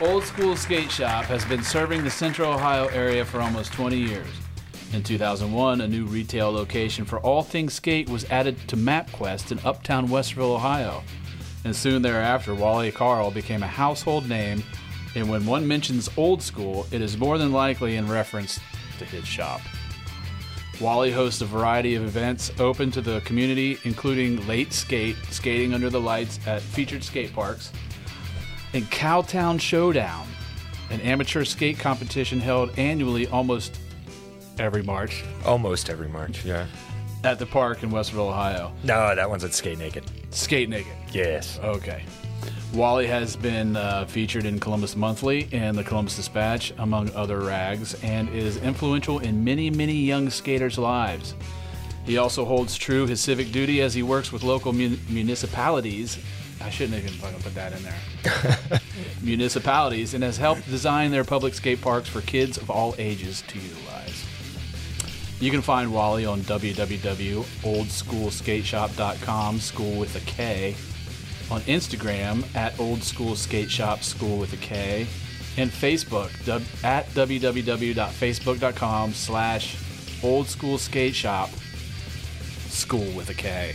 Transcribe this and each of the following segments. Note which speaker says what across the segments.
Speaker 1: Old School Skate Shop has been serving the Central Ohio area for almost 20 years. In 2001, a new retail location for all things skate was added to MapQuest in uptown Westerville, Ohio. And soon thereafter, Wally Carl became a household name, and when one mentions old school, it is more than likely in reference to his shop. Wally hosts a variety of events open to the community, including Late Skate, skating under the lights at featured skate parks, and Cowtown Showdown, an amateur skate competition held annually almost every March
Speaker 2: Almost every March, yeah.
Speaker 1: at the park in Westerville, Ohio.
Speaker 2: No, that one's at Skate Naked.
Speaker 1: Skate naked.
Speaker 2: Yes.
Speaker 1: Okay. Wally has been uh, featured in Columbus Monthly and the Columbus Dispatch, among other rags, and is influential in many, many young skaters' lives. He also holds true his civic duty as he works with local mun- municipalities. I shouldn't even fucking put that in there. municipalities, and has helped design their public skate parks for kids of all ages to utilize. You can find Wally on www.oldschoolskateshop.com, school with a K, on Instagram at Old School Skate Shop School with a K, and Facebook dub, at www.facebook.com slash Old School Skate Shop School with a K.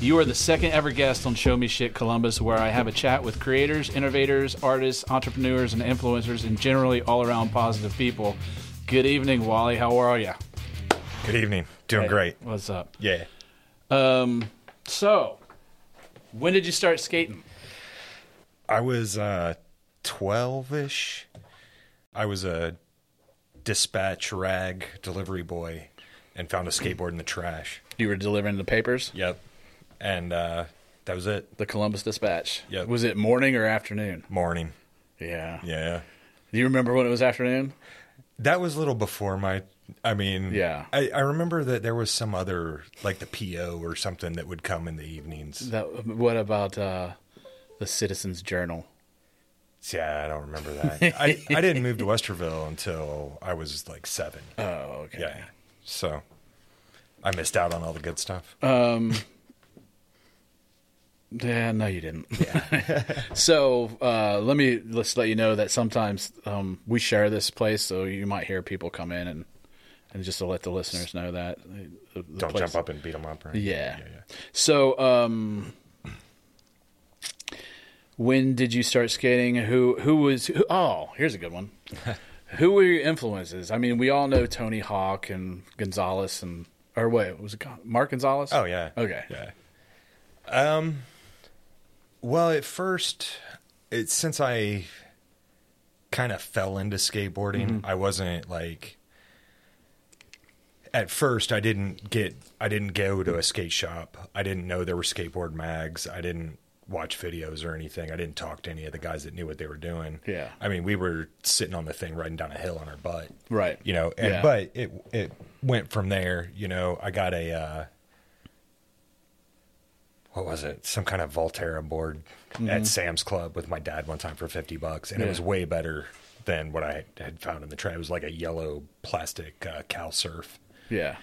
Speaker 1: You are the second ever guest on Show Me Shit Columbus, where I have a chat with creators, innovators, artists, entrepreneurs, and influencers, and generally all around positive people. Good evening, Wally. How are you?
Speaker 2: Good evening. Doing great.
Speaker 1: What's up? Um,
Speaker 2: Yeah.
Speaker 1: So, when did you start skating?
Speaker 2: I was uh 12ish. I was a dispatch rag delivery boy and found a skateboard in the trash.
Speaker 1: You were delivering the papers?
Speaker 2: Yep. And uh that was it.
Speaker 1: The Columbus Dispatch.
Speaker 2: Yep.
Speaker 1: Was it morning or afternoon?
Speaker 2: Morning.
Speaker 1: Yeah.
Speaker 2: Yeah.
Speaker 1: Do you remember when it was afternoon?
Speaker 2: That was a little before my. I mean,
Speaker 1: Yeah.
Speaker 2: I, I remember that there was some other, like the PO or something, that would come in the evenings.
Speaker 1: That. What about uh, the Citizens Journal?
Speaker 2: Yeah, I don't remember that. I, I didn't move to Westerville until I was like seven.
Speaker 1: Oh, okay.
Speaker 2: yeah. So I missed out on all the good stuff.
Speaker 1: Uh, Yeah, no, you didn't. so uh, let me let's let you know that sometimes um, we share this place, so you might hear people come in and and just to let the listeners know that uh, the, the
Speaker 2: don't
Speaker 1: place-
Speaker 2: jump up and beat them up. Right?
Speaker 1: Yeah.
Speaker 2: yeah, yeah.
Speaker 1: So um, when did you start skating? Who who was? Who, oh, here's a good one. who were your influences? I mean, we all know Tony Hawk and Gonzalez and or wait, was it Gon- Mark Gonzalez?
Speaker 2: Oh yeah.
Speaker 1: Okay. Um,
Speaker 2: Yeah. Um. Well, at first, it since I kind of fell into skateboarding,
Speaker 1: Mm-hmm.
Speaker 2: I wasn't like. At first, I didn't get. I didn't go to a skate shop. I didn't know there were skateboard mags. I didn't watch videos or anything. I didn't talk to any of the guys that knew what they were doing.
Speaker 1: Yeah.
Speaker 2: I mean, we were sitting on the thing riding down a hill on our butt
Speaker 1: Right.
Speaker 2: you know and
Speaker 1: Yeah.
Speaker 2: but it it went from there you know i got a uh what was it some kind of volterra board at sam's club with my dad one time for 50 bucks and it
Speaker 1: Mm-hmm. Yeah.
Speaker 2: was way better than what i had found in the trash it was like a yellow plastic uh, cal surf
Speaker 1: Yeah.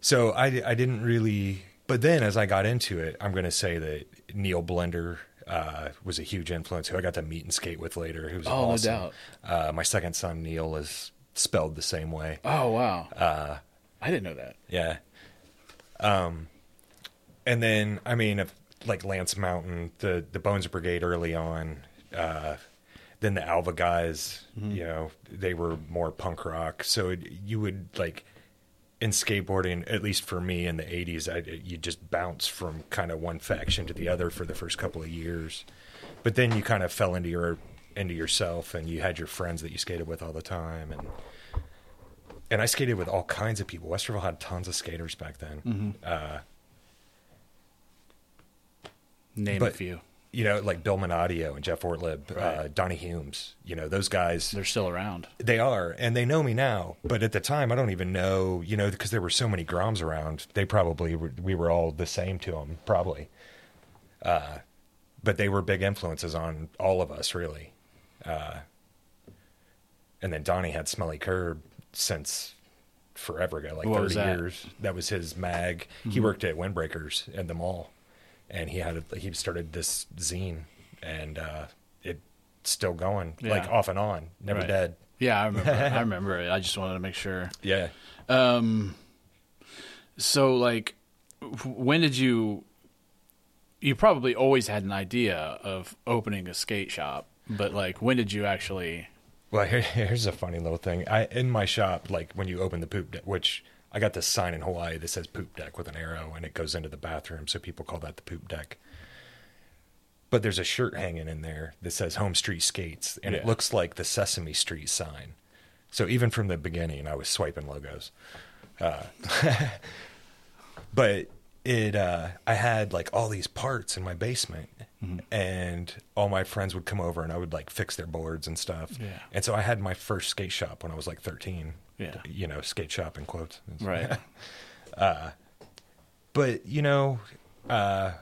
Speaker 2: so I, I didn't really but then as i got into it i'm going to say that neil blender uh, was a huge influence who i got to meet and skate with later who was
Speaker 1: Oh, no
Speaker 2: awesome.
Speaker 1: doubt.
Speaker 2: uh, my second son neil is spelled the same way
Speaker 1: Oh wow. Uh, I didn't know that.
Speaker 2: Yeah. Um, and then I mean, if, like Lance Mountain, the the Bones Brigade early on. Uh, then the Alva guys, you know, they were more punk rock. So it, you would like in skateboarding, at least for me in the '80s, I, you just bounce from kind of one faction to the other for the first couple of years, but then you kind of fell into your into yourself, and you had your friends that you skated with all the time, and and I skated with all kinds of people. Westerville had tons of skaters back then.
Speaker 1: Name
Speaker 2: But-
Speaker 1: a few.
Speaker 2: You know, like Bill Minadio and Jeff Ortlib, uh,
Speaker 1: Right.
Speaker 2: Donnie Humes. You know, those guys.
Speaker 1: They're still around.
Speaker 2: They are, and they know me now. But at the time, I don't even know. You know, because there were so many Groms around. They probably were, we were all the same to them, probably. Uh, but they were big influences on all of us, really. Uh, and then Donnie had Smelly Curb since forever ago, like
Speaker 1: What was
Speaker 2: thirty
Speaker 1: that? Mm-hmm.
Speaker 2: years. That was his mag. He worked at Windbreakers at the mall, and he had a, he started this zine and uh, it's still going,
Speaker 1: Yeah.
Speaker 2: like off and on, never
Speaker 1: Right.
Speaker 2: dead.
Speaker 1: Yeah, I remember. I remember it. I just wanted to make sure.
Speaker 2: Yeah.
Speaker 1: So, like, w- when did you? You probably always had an idea of opening a skate shop, but like, when did you actually?
Speaker 2: Well, here, here's a funny little thing. I in my shop, like when you open the poop deck, which I got this sign in Hawaii that says poop deck with an arrow, and it goes into the bathroom, so people call that the poop deck. But there's a shirt hanging in there that says Home Street Skates, and it
Speaker 1: Yeah.
Speaker 2: looks like the Sesame Street sign. So even from the beginning, I was swiping logos. but it uh i had like all these parts in my basement
Speaker 1: Mm-hmm.
Speaker 2: and all my friends would come over and i would like fix their boards and stuff
Speaker 1: Yeah.
Speaker 2: and so i had my first skate shop when i was like 13
Speaker 1: Yeah.
Speaker 2: you know skate shop in quotes
Speaker 1: Right.
Speaker 2: but you know uh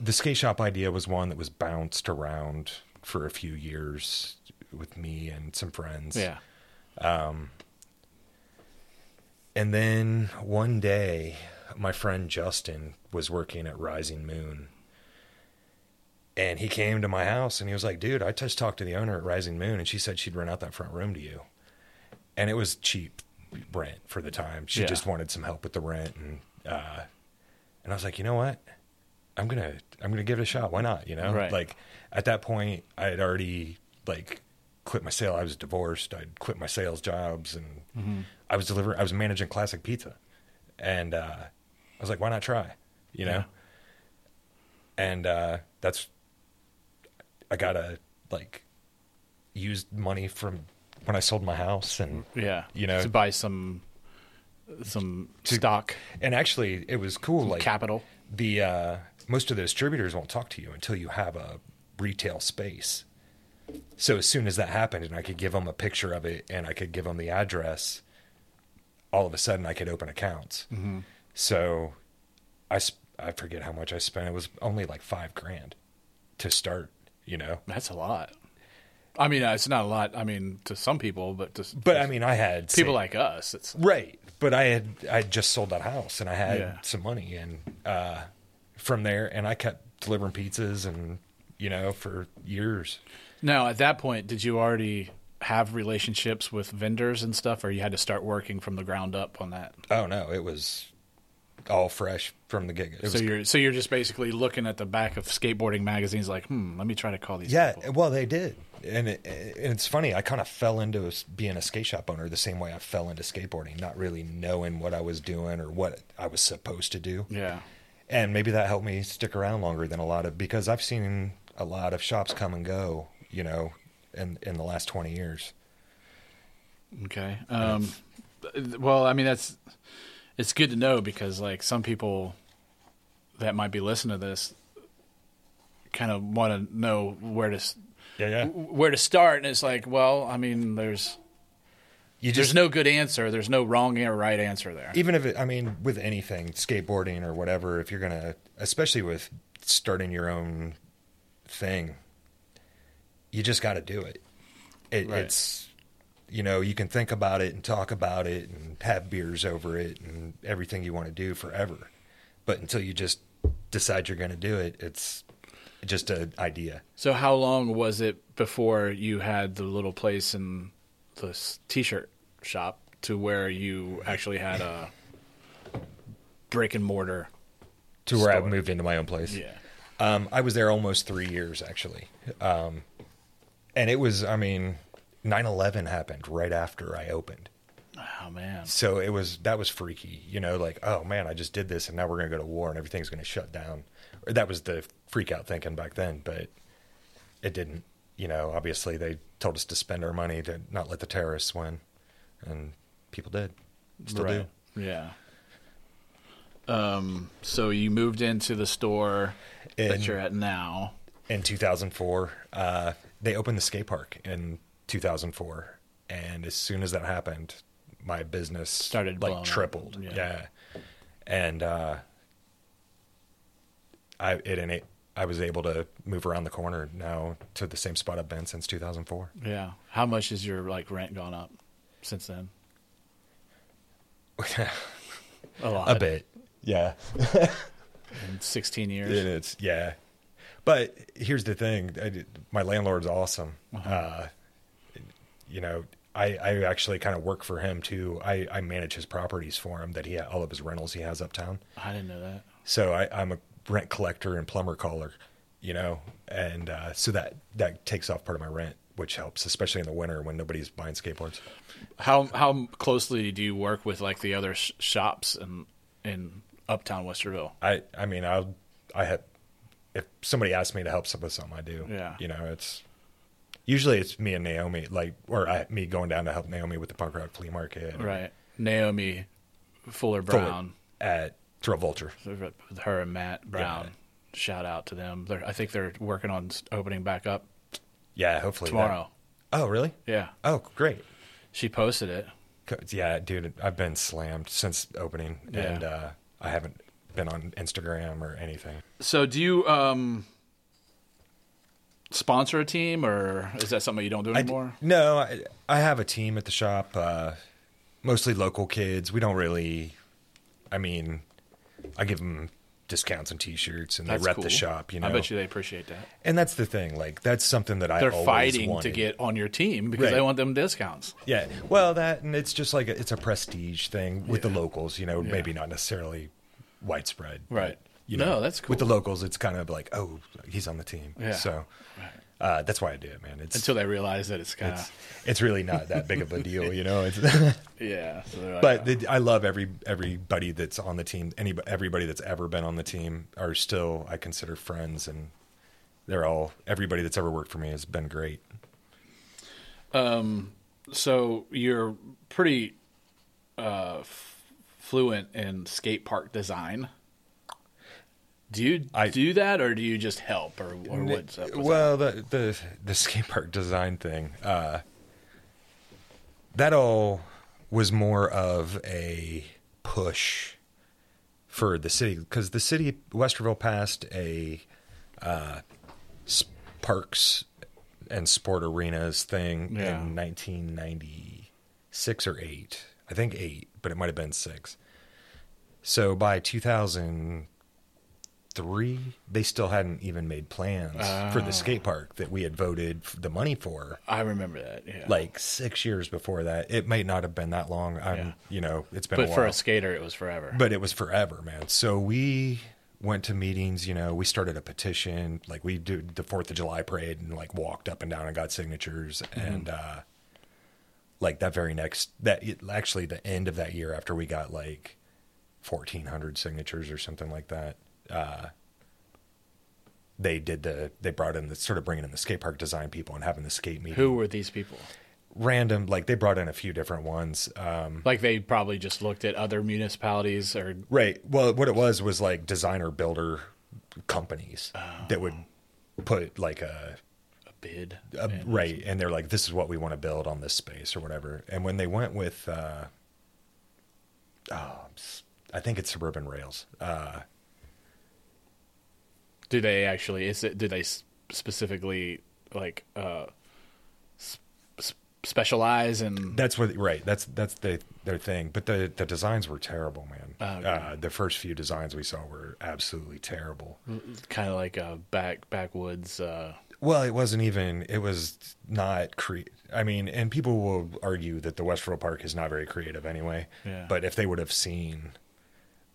Speaker 2: the skate shop idea was one that was bounced around for a few years with me and some friends
Speaker 1: yeah.
Speaker 2: And then one day, my friend Justin was working at Rising Moon. And he came to my house and he was like, dude, I just talked to the owner at Rising Moon and she said she'd rent out that front room to you. And it was cheap rent for the time. She
Speaker 1: Yeah.
Speaker 2: just wanted some help with the rent. And, uh, and I was like, you know what? I'm going to, I'm going to give it a shot. Why not? You know,
Speaker 1: Right.
Speaker 2: like at that point I had already like quit my sale. I was divorced. I'd quit my sales jobs and I was delivering, I was managing classic pizza and, uh, I was like, why not try, you know?
Speaker 1: Yeah.
Speaker 2: and uh, that's I gotta like use money from when I sold my house and
Speaker 1: Yeah.
Speaker 2: You know-
Speaker 1: to buy some some stock
Speaker 2: and actually it was cool like
Speaker 1: capital.
Speaker 2: the uh, most of the distributors won't talk to you until you have a retail space. So as soon as that happened, and I could give them a picture of it, and I could give them the address, all of a sudden I could open accounts. So I sp- I forget how much I spent. It was only like five grand to start. You know,
Speaker 1: That's a lot. I mean, uh, it's not a lot. I mean, to some people, but to s-
Speaker 2: But I mean, I had
Speaker 1: people
Speaker 2: sa-
Speaker 1: like us, it's
Speaker 2: right. But I had I had just sold that house and I had
Speaker 1: Yeah.
Speaker 2: some money and uh, from there and I kept delivering pizzas and you know for years.
Speaker 1: Now, at that point, did you already have relationships with vendors and stuff, or you had to start working from the ground up on that?
Speaker 2: Oh no, it was all fresh from the gig. It
Speaker 1: So
Speaker 2: was,
Speaker 1: you're so you're just basically looking at the back of skateboarding magazines, like, hmm, let me try to call these.
Speaker 2: yeah,
Speaker 1: people.
Speaker 2: well they did, and it, and it's funny. I kind of fell into s- being a skate shop owner the same way I fell into skateboarding, not really knowing what I was doing or what I was supposed to do.
Speaker 1: yeah,
Speaker 2: and maybe that helped me stick around longer than a lot of because I've seen a lot of shops come and go, you know, in in the last twenty years.
Speaker 1: okay. Um, th- well, I mean, that's it's good to know because like some people that might be listening to this kind of want to know where to s-
Speaker 2: Yeah, yeah.
Speaker 1: where to start, and it's like, well, I mean, there's
Speaker 2: You
Speaker 1: there's
Speaker 2: just
Speaker 1: no good answer, there's no wrong or right answer there.
Speaker 2: even if it, I mean with anything, skateboarding or whatever, if you're gonna, especially with starting your own thing, you just got to do it. it
Speaker 1: Right.
Speaker 2: It's you know you can think about it and talk about it and have beers over it and everything you want to do forever, but until you just decide you're going to do it, it's just an idea.
Speaker 1: So how long was it before you had the little place in the s- t-shirt shop to where you actually had a brick and mortar?
Speaker 2: to where I've moved into my own place.
Speaker 1: Yeah.
Speaker 2: Um, I was there almost three years actually. Um, and it was, I mean, 9 11 happened right after I opened.
Speaker 1: Oh man.
Speaker 2: So it was, that was freaky, you know, like, oh man, I just did this and now we're going to go to war and everything's going to shut down. Or that was the freak out thinking back then, but it didn't. You know, obviously they told us to spend our money to not let the terrorists win. And people did. Still do.
Speaker 1: Yeah. Um so you moved into the store
Speaker 2: In-
Speaker 1: that you're at now.
Speaker 2: in 2004. Uh, they opened the skate park in 2004, and as soon as that happened, my business
Speaker 1: Started blowing
Speaker 2: like
Speaker 1: up.
Speaker 2: tripled.
Speaker 1: Yeah.
Speaker 2: Yeah. and uh, I it and it, I was able to move around the corner now to the same spot I've been since 2004.
Speaker 1: Yeah. How much has your like rent gone up since then? a lot.
Speaker 2: bit, yeah.
Speaker 1: in 16 years.
Speaker 2: And it's yeah, but here's the thing: I did- my landlord's awesome. uh you know, I I actually kind of work for him too. I I manage his properties for him that he all of his rentals he has uptown.
Speaker 1: I didn't know that.
Speaker 2: So I I'm a rent collector and plumber caller, you know, and uh, so that that takes off part of my rent, which helps, especially in the winter when nobody's buying skateboards.
Speaker 1: How how closely do you work with like the other sh- shops in in Uptown Westerville?
Speaker 2: I I mean I'll I have if somebody asks me to help some with something I do.
Speaker 1: Yeah.
Speaker 2: You know, it's usually it's me and Naomi, like or I, me going down to help Naomi with the punk rock flea market. or
Speaker 1: Right, Naomi Fuller
Speaker 2: Mm-hmm. Fuller
Speaker 1: Brown,
Speaker 2: at Thrill Vulture.
Speaker 1: with her and Matt Brown. Shout out to them. They're, I think they're working on s- opening back up
Speaker 2: Yeah, hopefully that-
Speaker 1: tomorrow.
Speaker 2: oh really?
Speaker 1: Yeah,
Speaker 2: Oh great.
Speaker 1: she posted it.
Speaker 2: Co- Yeah, dude, I've been slammed since opening
Speaker 1: Yeah.
Speaker 2: and uh I haven't been on Instagram or anything.
Speaker 1: So do you um sponsor a team or is that something you don't do
Speaker 2: I d-
Speaker 1: anymore?
Speaker 2: no, I, I have a team at the shop, uh, mostly local kids. We don't really, I mean, I give them discounts on t-shirts and they
Speaker 1: That's
Speaker 2: rep
Speaker 1: cool.
Speaker 2: the shop, you know.
Speaker 1: I bet you they appreciate that.
Speaker 2: And that's the thing, like that's something that I
Speaker 1: They're
Speaker 2: always
Speaker 1: fighting to
Speaker 2: wanted.
Speaker 1: get on your team because
Speaker 2: Right.
Speaker 1: they want them discounts.
Speaker 2: Yeah. Well, that and it's just like a, it's a prestige thing with the locals, you know, maybe not necessarily widespread. but,
Speaker 1: Right.
Speaker 2: You
Speaker 1: No,
Speaker 2: know,
Speaker 1: that's
Speaker 2: With the
Speaker 1: cool.
Speaker 2: locals, it's kind of like, oh, he's on the team.
Speaker 1: Yeah.
Speaker 2: So uh, that's why I do it, man. It's
Speaker 1: Until they realize that it's kind
Speaker 2: it's,
Speaker 1: of
Speaker 2: it's really not that big of a deal, you know. It's
Speaker 1: yeah. So they're like,
Speaker 2: But the, I love every everybody that's on the team. Any everybody that's ever been on the team are still I consider friends, and they're all everybody that's ever worked for me has been great.
Speaker 1: so you're pretty uh, f- fluent in skate park design. Do you
Speaker 2: I-
Speaker 1: do that, or do you just help, or, or what's up? with
Speaker 2: well, the the the skate park design thing, uh, that all was more of a push for the city because the city Westerville passed a uh, s- parks and sport arenas thing
Speaker 1: Yeah.
Speaker 2: in 1996 or eight, I think eight, but it might have been six. So by 2000 three, they still hadn't even made plans for
Speaker 1: Ah.
Speaker 2: the skate park that we had voted f- the money for
Speaker 1: I remember that. Yeah.
Speaker 2: like six years before that. It may not have been that long. I'm,
Speaker 1: Yeah.
Speaker 2: you know, it's been
Speaker 1: but
Speaker 2: a while.
Speaker 1: for a skater, it was forever.
Speaker 2: but it was forever, man. So we went to meetings. You know, we started a petition. Like we did the Fourth of July parade and like walked up and down and got signatures. And uh, like that very next, that actually the end of that year after we got like fourteen hundred signatures or something like that. Uh, they did the they brought in the sort of bringing in the skate park design people and having the skate meeting
Speaker 1: Who were these people?
Speaker 2: random like they brought in a few different ones uh,
Speaker 1: Like they probably just looked at other municipalities or
Speaker 2: Right. Well, what it was was like designer builder companies that would put like a,
Speaker 1: a bid.
Speaker 2: a
Speaker 1: and-
Speaker 2: right, and they're like, "This is what we want to build on this space or whatever." And when they went with, uh, oh, I'm s- I think it's suburban rails. Uh,
Speaker 1: Do they actually? Is it? Do they s- specifically like uh, s- s- specialize in?
Speaker 2: that's what right. That's that's the their thing. But the the designs were terrible, man.
Speaker 1: okay.
Speaker 2: uh, the first few designs we saw were absolutely terrible.
Speaker 1: kind of like a back backwoods. Uh,
Speaker 2: Well, it wasn't even. It was not cre. I mean, and people will argue that the Westfield Park is not very creative anyway.
Speaker 1: Yeah.
Speaker 2: But if they would have seen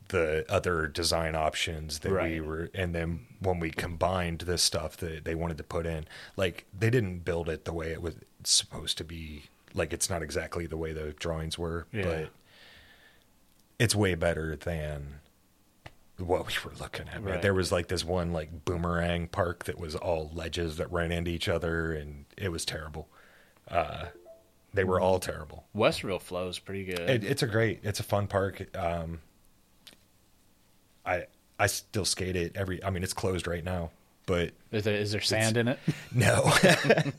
Speaker 2: the other design options that we
Speaker 1: Right.
Speaker 2: were, and then when we combined this stuff that they wanted to put in, like they didn't build it the way it was supposed to be. Like it's not exactly the way the drawings were,
Speaker 1: Yeah.
Speaker 2: but it's way better than what we were looking at. man.
Speaker 1: Right.
Speaker 2: There was like this one like boomerang park that was all ledges that ran into each other, and it was terrible. Uh, they were all terrible.
Speaker 1: Westerville flows pretty good.
Speaker 2: It, it's a great, it's a fun park. Um, I I still skate it every. I mean, it's closed right now, but
Speaker 1: Is there, is there sand in it?
Speaker 2: no.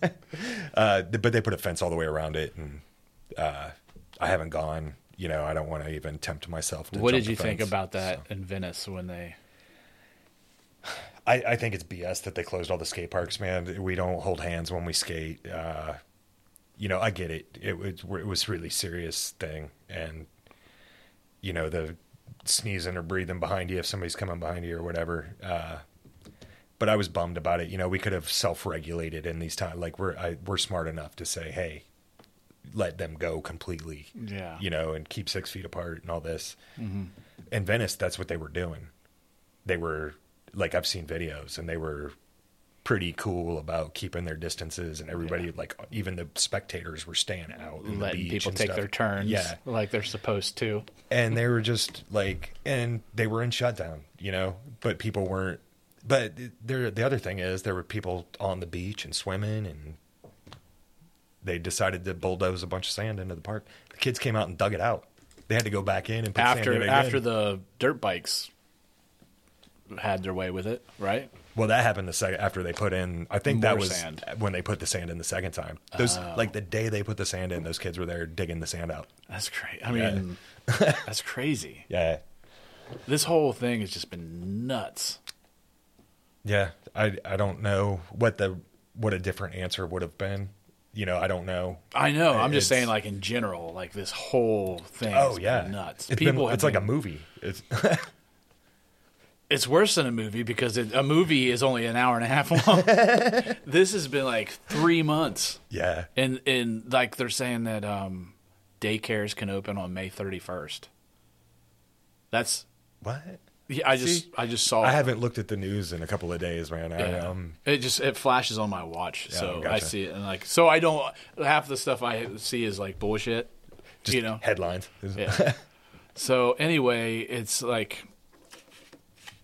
Speaker 2: uh, th- but they put a fence all the way around it, and uh, I haven't gone. You know, I don't want to even tempt myself. to
Speaker 1: What
Speaker 2: jump
Speaker 1: did
Speaker 2: the
Speaker 1: you think
Speaker 2: fence.
Speaker 1: about that in Venice when they?
Speaker 2: I, I think it's BS that they closed all the skate parks, man. We don't hold hands when we skate. Uh, you know, I get it. It was it was really serious thing, and you know the sneezing or breathing behind you if somebody's coming behind you or whatever. Uh, but I was bummed about it. You know, we could have self-regulated in these times. Like we're I, we're smart enough to say, hey, let them go completely.
Speaker 1: Yeah.
Speaker 2: You know, and keep six feet apart and all this. In Venice, that's what they were doing. They were like I've seen videos, and they were pretty cool about keeping their distances and everybody like even the spectators were staying out on the
Speaker 3: letting
Speaker 2: beach
Speaker 3: people
Speaker 2: and
Speaker 3: take
Speaker 2: stuff.
Speaker 3: their turns
Speaker 2: yeah
Speaker 3: like they're supposed to.
Speaker 2: and they were just like and they were in shutdown you know but people weren't but there the other thing is there were people on the beach and swimming and they decided to bulldoze a bunch of sand into the park the kids came out and dug it out they had to go back in and put sand in
Speaker 1: after
Speaker 2: again.
Speaker 1: after the dirt bikes had their way with it, right?
Speaker 2: well that happened the second after they put in i think that
Speaker 1: More
Speaker 2: was
Speaker 1: sand. Oh.
Speaker 2: when they put the sand in the second time those like the day they put the sand in those kids were there digging the sand out
Speaker 1: That's great. I mean, that's crazy.
Speaker 2: yeah
Speaker 1: This whole thing has just been nuts.
Speaker 2: Yeah, I I don't know what the what a different answer would have been. You know, I don't know.
Speaker 1: I know. I'm just
Speaker 2: It's-
Speaker 1: saying, like in general, like this whole thing.
Speaker 2: Oh
Speaker 1: has
Speaker 2: yeah,
Speaker 1: been nuts.
Speaker 2: It's been-
Speaker 1: People,
Speaker 2: it's like a movie. It's
Speaker 1: a. It's worse than a movie because it, a movie is only an hour and a half long. this has been like three months,
Speaker 2: yeah,
Speaker 1: and and like they're saying that um, daycares can open on May 31st. That's
Speaker 2: what?
Speaker 1: yeah. I just
Speaker 2: See?
Speaker 1: I just saw.
Speaker 2: I haven't looked at the news in a couple of days, man. I,
Speaker 1: Yeah.
Speaker 2: um,
Speaker 1: it just it flashes on my watch, so I
Speaker 2: gotcha.
Speaker 1: see it and like so I don't half the stuff I see is like bullshit,
Speaker 2: just
Speaker 1: you know.
Speaker 2: headlines.
Speaker 1: Yeah. so anyway, it's like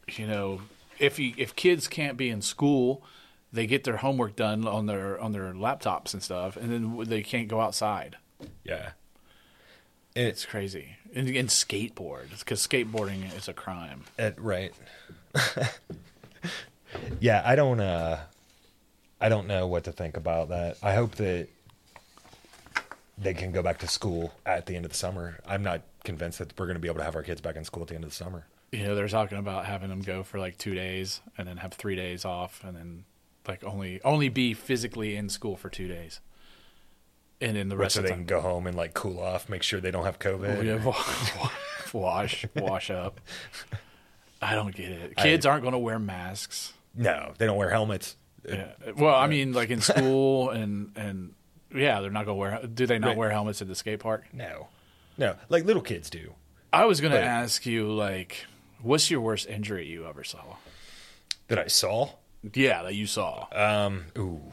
Speaker 1: you know, if you if kids can't be in school, they get their homework done on their on their laptops and stuff, and then they can't go outside.
Speaker 2: yeah.
Speaker 1: It's
Speaker 2: It's
Speaker 1: crazy. And, and skateboard because skateboarding is a crime.
Speaker 2: it, right. yeah, I don't. uh I don't know what to think about that. I hope that they can go back to school at the end of the summer. I'm not convinced that we're going to be able to have our kids back in school at the end of the summer.
Speaker 1: you know they're talking about having them go for like two days and then have three days off and then like only only be physically in school for two days and then the
Speaker 2: Right,
Speaker 1: rest
Speaker 2: so
Speaker 1: of
Speaker 2: they
Speaker 1: the Oh,
Speaker 2: can go home and like cool off, make sure they don't have COVID.
Speaker 1: Yeah, wa- wash wash up i don't get it kids aren't going to wear masks
Speaker 2: No, they don't wear helmets.
Speaker 1: yeah. well i mean like in school and and yeah they're not going to wear do they not
Speaker 2: Right.
Speaker 1: wear helmets at the skate park
Speaker 2: No, no, like little kids do.
Speaker 1: i was going to
Speaker 2: Right.
Speaker 1: ask you like what's your worst injury you ever saw
Speaker 2: That I saw.
Speaker 1: yeah that you saw
Speaker 2: Uh, Ooh,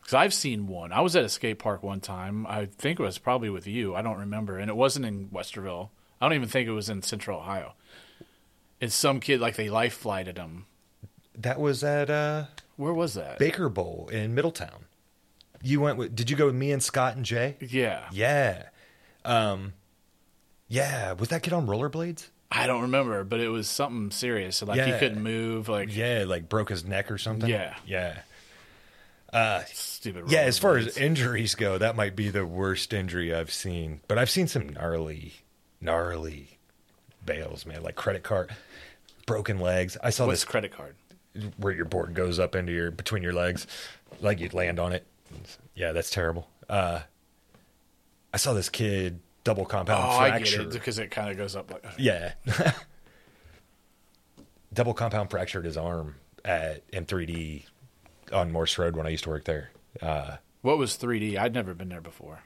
Speaker 1: Because I've seen one. I was at a skate park one time. I think it was probably with you. I don't remember. And it wasn't in Westerville. I don't even think it was in Central Ohio. It's some kid, like they life flighted him.
Speaker 2: that was at uh,
Speaker 1: Where was that?
Speaker 2: Baker Bowl in Middletown. You went with? Did you go with me and Scott and Jay?
Speaker 1: yeah.
Speaker 2: Yeah, um, yeah. Was that kid on rollerblades?
Speaker 1: I don't remember, but it was something serious. So, like, he
Speaker 2: Yeah.
Speaker 1: couldn't move. Like,
Speaker 2: Yeah, like broke his neck or something.
Speaker 1: Yeah.
Speaker 2: yeah,
Speaker 1: stupid.
Speaker 2: yeah. As far as
Speaker 1: rollerblades.
Speaker 2: injuries go, that might be the worst injury I've seen. But I've seen some gnarly, gnarly bails, man. Like credit card, broken legs. I saw
Speaker 1: What's
Speaker 2: this
Speaker 1: credit card?
Speaker 2: where your board goes up into your between your legs, like you'd land on it. Yeah, that's terrible. Uh, I saw this kid double compound
Speaker 1: Oh, I get
Speaker 2: fracture.
Speaker 1: it. Because it kind of goes up like.
Speaker 2: Yeah, double compound fractured his arm at in 3D on Morse Road when I used to work there.
Speaker 1: What was 3D? I'd never been there before.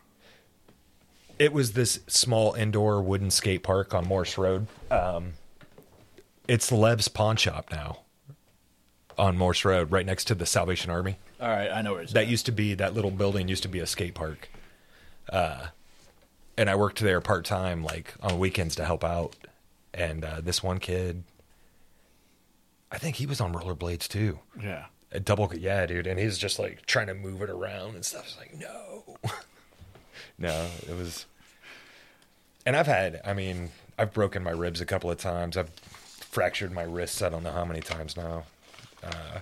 Speaker 2: It was this small indoor wooden skate park on Morse Road. Um, it's Leb's Pawn Shop now on Morse Road, right next to the Salvation Army.
Speaker 1: All right. I know where it's
Speaker 2: that
Speaker 1: at.
Speaker 2: used to be that little building used to be a skate park uh and i worked there part-time like on weekends to help out and uh this one kid i think he was on rollerblades too
Speaker 1: Yeah.
Speaker 2: a double yeah dude and he's just like trying to move it around and stuff it's like no no it was and i've had i mean i've broken my ribs a couple of times i've fractured my wrists i don't know how many times now uh,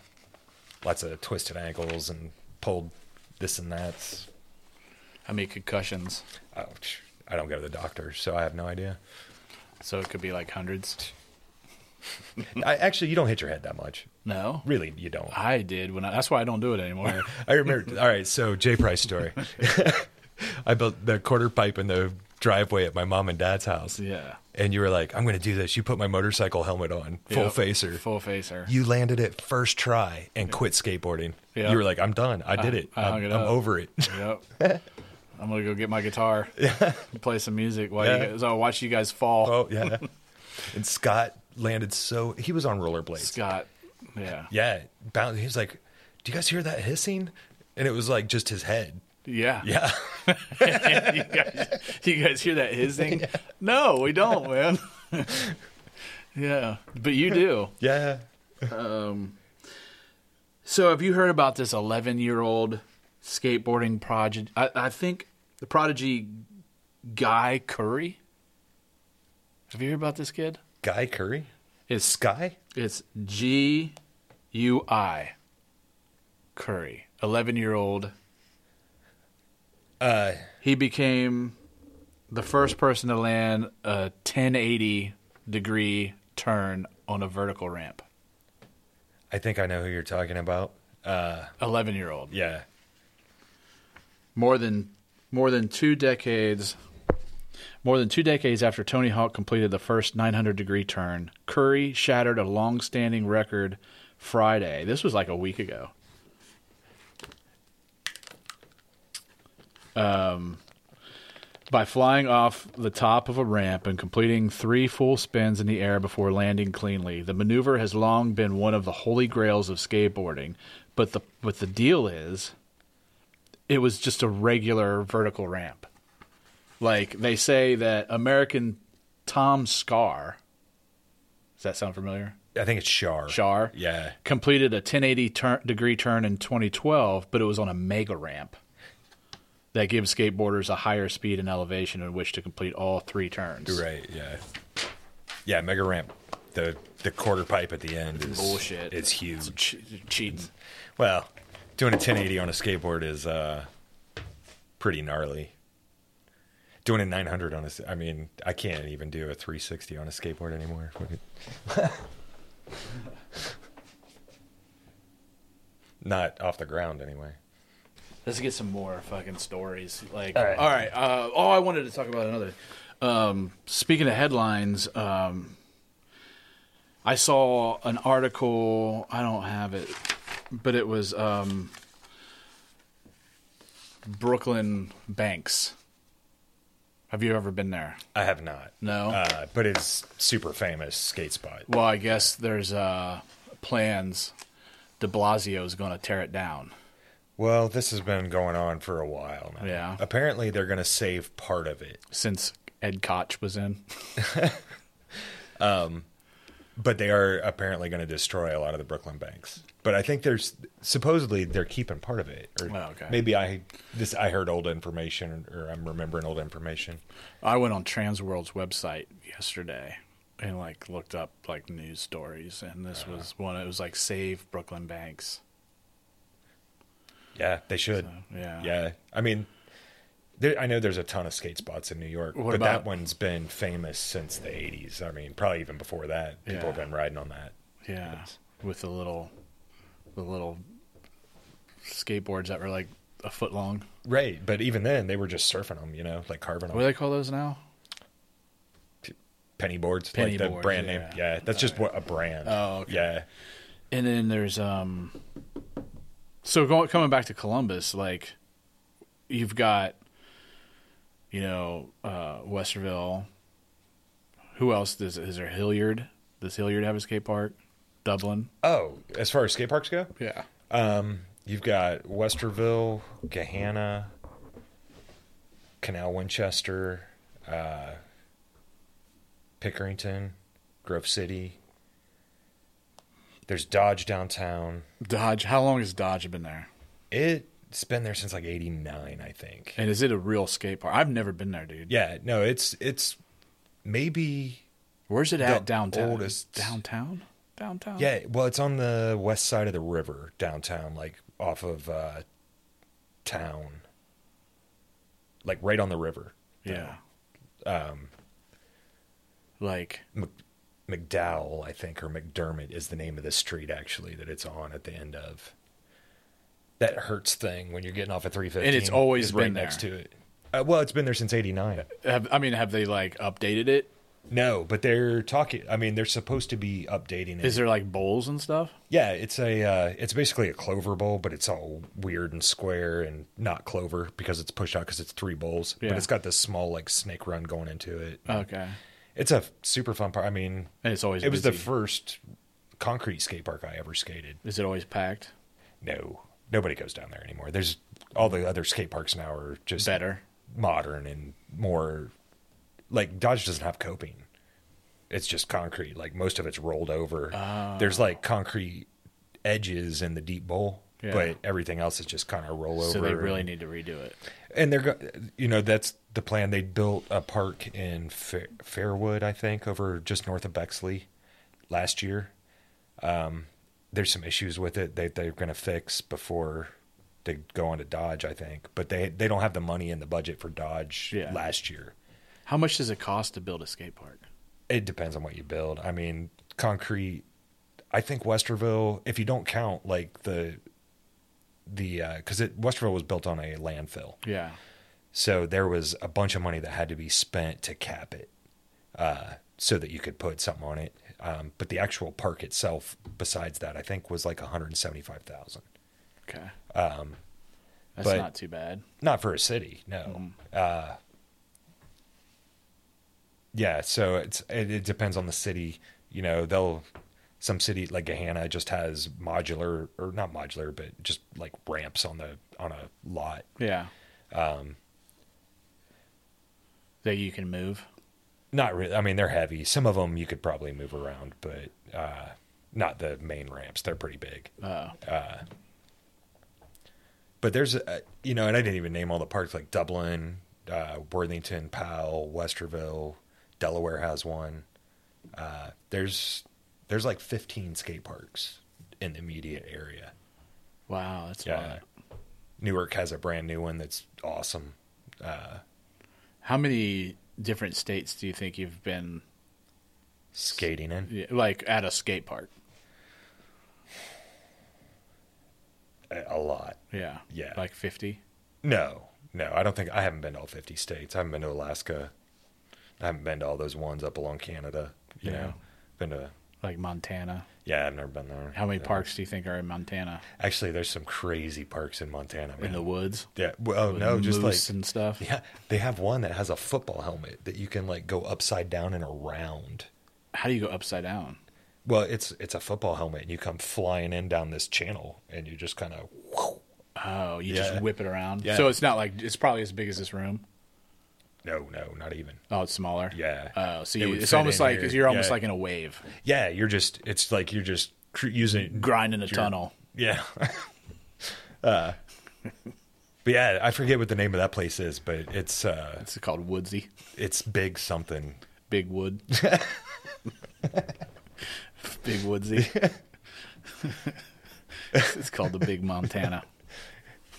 Speaker 2: lots of twisted ankles and pulled this and that
Speaker 1: How many concussions?
Speaker 2: oh, psh, i don't go to the doctor so i have no idea
Speaker 1: So it could be like hundreds.
Speaker 2: i actually you don't hit your head that much
Speaker 1: No.
Speaker 2: really you don't
Speaker 1: I did when I, that's why I don't do it anymore.
Speaker 2: I remember. All right, so Jay Price story. I built the quarter pipe and the driveway at my mom and dad's house.
Speaker 1: Yeah.
Speaker 2: And you were like, I'm going to do this. You put my motorcycle helmet on, full
Speaker 1: Yep.
Speaker 2: facer.
Speaker 1: Full facer.
Speaker 2: You landed it first try and quit skateboarding.
Speaker 1: Yeah.
Speaker 2: You were like, I'm done. I did it.
Speaker 1: I
Speaker 2: I'm,
Speaker 1: hung it
Speaker 2: I'm
Speaker 1: up."
Speaker 2: over it.
Speaker 1: Yep. I'm gonna go get my guitar, and play some music while you
Speaker 2: Yeah.
Speaker 1: guys, I'll watch you guys fall.
Speaker 2: oh, yeah. and Scott landed so, he was on rollerblades.
Speaker 1: Scott, yeah,
Speaker 2: Yeah. Bound, he was like, Do you guys hear that hissing? And it was like just his head.
Speaker 1: yeah,
Speaker 2: Yeah.
Speaker 1: you, guys, you guys hear that hissing? No, we don't, man. yeah, but you do.
Speaker 2: yeah.
Speaker 1: So have you heard about this 11 year old skateboarding prodigy? I, I think the prodigy Guy Curry. Have you heard about this kid?
Speaker 2: Guy Curry?
Speaker 1: It's
Speaker 2: Sky?
Speaker 1: It's G U I Curry, 11 year old.
Speaker 2: Uh,
Speaker 1: He became the first person to land a 1080 degree turn on a vertical ramp.
Speaker 2: I think I know who you're talking about.
Speaker 1: 11 year old.
Speaker 2: Yeah.
Speaker 1: More than more than 2 decades more than 2 decades after Tony Hawk completed the first 900 degree turn, Curry shattered a long-standing record Friday. This was like a week ago. Um, by flying off the top of a ramp and completing three full spins in the air before landing cleanly. The maneuver has long been one of the holy grails of skateboarding, but the but the deal is it was just a regular vertical ramp. Like they say that American Tom Scar Does that sound familiar?
Speaker 2: I think it's Shar.
Speaker 1: Char
Speaker 2: Yeah.
Speaker 1: completed a 1080 turn, degree turn in 2012, but it was on a mega ramp that gives skateboarders a higher speed and elevation in which to complete all three turns.
Speaker 2: Right. Yeah. Yeah. Mega ramp. The the quarter pipe at the end is
Speaker 1: Bullshit.
Speaker 2: It's huge.
Speaker 1: Che- cheating.
Speaker 2: Well, doing a 1080 on a skateboard is uh pretty gnarly. Doing a 900 on a s- I mean, I can't even do a 360 on a skateboard anymore. Not off the ground anyway.
Speaker 1: Let's get some more fucking stories. Like, all
Speaker 2: All
Speaker 1: right.
Speaker 2: right.
Speaker 1: uh, oh, I wanted to talk about another. Um, speaking of headlines, um, I saw an article. I don't have it, but it was um, Brooklyn Banks. Have you ever been there?
Speaker 2: I have not.
Speaker 1: No.
Speaker 2: Uh, but it's super famous skate spot.
Speaker 1: Well, I guess there's uh, plans. De Blasio is going to tear it down.
Speaker 2: Well, this has been going on for a while now.
Speaker 1: Yeah.
Speaker 2: Apparently, they're going to save part of it,
Speaker 1: since Ed Koch was in.
Speaker 2: but they are apparently going to destroy a lot of the Brooklyn banks. But I think there's supposedly they're keeping part of it. Or
Speaker 1: Oh, okay.
Speaker 2: Maybe I this I heard old information, or I'm remembering old information.
Speaker 1: I went on Transworld's website yesterday and like looked up like news stories, and this was one. It was like save Brooklyn Banks.
Speaker 2: Yeah, they should.
Speaker 1: Yeah.
Speaker 2: Yeah, I mean, there, I know there's a ton of skate spots in New York,
Speaker 1: What
Speaker 2: but
Speaker 1: about-
Speaker 2: that one's been famous since the '80s. I mean, probably even before that, people
Speaker 1: Yeah.
Speaker 2: have been riding on that.
Speaker 1: Yeah. With the little, the little skateboards that were like a foot long.
Speaker 2: Right, but even then, they were just surfing them, you know, like carving them.
Speaker 1: What do they call those now?
Speaker 2: penny boards,
Speaker 1: Penny
Speaker 2: like the
Speaker 1: boards,
Speaker 2: brand
Speaker 1: yeah.
Speaker 2: name. Yeah, that's just what a brand.
Speaker 1: Oh, okay.
Speaker 2: yeah,
Speaker 1: And then there's um. So going coming back to Columbus, like, you've got, you know, uh, Westerville. Who else does is there Hilliard? Does Hilliard have a skate park? Dublin.
Speaker 2: Oh, as far as skate parks go,
Speaker 1: Yeah.
Speaker 2: um, you've got Westerville, Gahanna, Canal Winchester, uh, Pickerington, Grove City. There's Dodge downtown.
Speaker 1: Dodge. How long has Dodge been there?
Speaker 2: It's been there since like '89, I think.
Speaker 1: And is it a real skate park? I've never been there, dude.
Speaker 2: Yeah, no, it's it's maybe
Speaker 1: Where's it at
Speaker 2: The
Speaker 1: downtown?
Speaker 2: oldest-
Speaker 1: Downtown. Downtown.
Speaker 2: Yeah, well, it's on the west side of the river downtown, like off of uh, town, like right on the river.
Speaker 1: Yeah. Um. Like
Speaker 2: McDowell, I think, or McDermott is the name of the street actually that it's on at the end of. That hurts thing when you're getting off at three fifteen,
Speaker 1: always
Speaker 2: is right
Speaker 1: been
Speaker 2: next
Speaker 1: there.
Speaker 2: to it. Uh, well, it's been there since '89.
Speaker 1: Have, I mean, have they like updated it?
Speaker 2: No, but they're talking. I mean, they're supposed to be updating it.
Speaker 1: Is there like bowls and stuff?
Speaker 2: yeah, it's a. Uh, it's basically a clover bowl, but it's all weird and square and not clover because it's pushed out because it's three bowls.
Speaker 1: Yeah.
Speaker 2: But it's got this small like snake run going into it.
Speaker 1: Okay,
Speaker 2: It's a super fun part. I mean,
Speaker 1: and it's always
Speaker 2: it was the
Speaker 1: busy.
Speaker 2: first concrete skate park I ever skated.
Speaker 1: Is it always packed?
Speaker 2: No, nobody goes down there anymore. There's all the other skate parks now are just
Speaker 1: Better.
Speaker 2: modern and more like Dodge doesn't have coping. It's just concrete. Like most of it's rolled over.
Speaker 1: Oh.
Speaker 2: There's like concrete edges in the deep bowl,
Speaker 1: Yeah.
Speaker 2: but everything else is just kind of roll over.
Speaker 1: So they really need to redo it.
Speaker 2: and they're go- you know that's the plan. They built a park in Fair- Fairwood, I think, over just north of Bexley last year. Um, there's some issues with it that they're going to fix before they go on to Dodge, I think. But they they don't have the money in the budget for Dodge
Speaker 1: Yeah.
Speaker 2: last year.
Speaker 1: How much does it cost to build a skate park?
Speaker 2: It depends on what you build. I mean, concrete. I think Westerville, if you don't count like the the because it Westerville was built on a landfill,
Speaker 1: Yeah,
Speaker 2: so there was a bunch of money that had to be spent to cap it, uh, so that you could put something on it. Um, but the actual park itself, besides that, I think was like one hundred seventy-five thousand.
Speaker 1: okay. That's
Speaker 2: Um, but-
Speaker 1: not too bad.
Speaker 2: Not for a city, no. Uh, yeah, so it's it, it depends on the city. You know, they'll some city like Gahanna just has modular or not modular, but just like ramps on the on a lot.
Speaker 1: Yeah. Um, that you can move.
Speaker 2: Not really. I mean, they're heavy. Some of them you could probably move around, but uh, not the main ramps. They're pretty big. Uh,
Speaker 1: Oh,
Speaker 2: But there's, a, you know, and I didn't even name all the parks like Dublin, uh, Worthington, Powell, Westerville, Delaware has one. Uh, there's there's like 15 skate parks in the immediate area.
Speaker 1: wow, that's a
Speaker 2: Yeah.
Speaker 1: lot.
Speaker 2: Newark has a brand new one that's awesome.
Speaker 1: How many different states do you think you've been
Speaker 2: Skating in.
Speaker 1: yeah, like at a skate park?
Speaker 2: A- a lot.
Speaker 1: Yeah.
Speaker 2: Yeah.
Speaker 1: Like 50?
Speaker 2: No, no, I don't think I haven't been to all 50 states. I haven't been to Alaska. I haven't been to all those ones up along Canada. You
Speaker 1: Yeah.
Speaker 2: know, been to
Speaker 1: Like Montana.
Speaker 2: yeah, I've never been there.
Speaker 1: How many
Speaker 2: Yeah.
Speaker 1: parks do you think are in Montana?
Speaker 2: Actually, there's some crazy parks in Montana. Man.
Speaker 1: In the woods?
Speaker 2: yeah, well,
Speaker 1: With
Speaker 2: no, just like
Speaker 1: moose and stuff.
Speaker 2: yeah, they have one that has a football helmet that you can like go upside down and around.
Speaker 1: How do you go upside down?
Speaker 2: Well, it's it's a football helmet, and you come flying in down this channel, and you just kind of
Speaker 1: Oh, you
Speaker 2: Yeah.
Speaker 1: just whip it around.
Speaker 2: Yeah.
Speaker 1: So it's not like it's probably as big as this room.
Speaker 2: no, no, not even.
Speaker 1: Oh, it's smaller.
Speaker 2: Yeah.
Speaker 1: Oh, so
Speaker 2: It
Speaker 1: you,
Speaker 2: would
Speaker 1: it's
Speaker 2: fit
Speaker 1: almost
Speaker 2: in
Speaker 1: like
Speaker 2: here.
Speaker 1: you're almost
Speaker 2: Yeah.
Speaker 1: like in a wave,
Speaker 2: Yeah, you're just it's like you're just cr- using
Speaker 1: grinding a tunnel.
Speaker 2: Yeah. uh, but yeah, I forget what the name of that place is, but it's uh,
Speaker 1: It's called Woodsy,
Speaker 2: it's big something.
Speaker 1: Big Wood, Big Woodsy. it's called the Big Montana.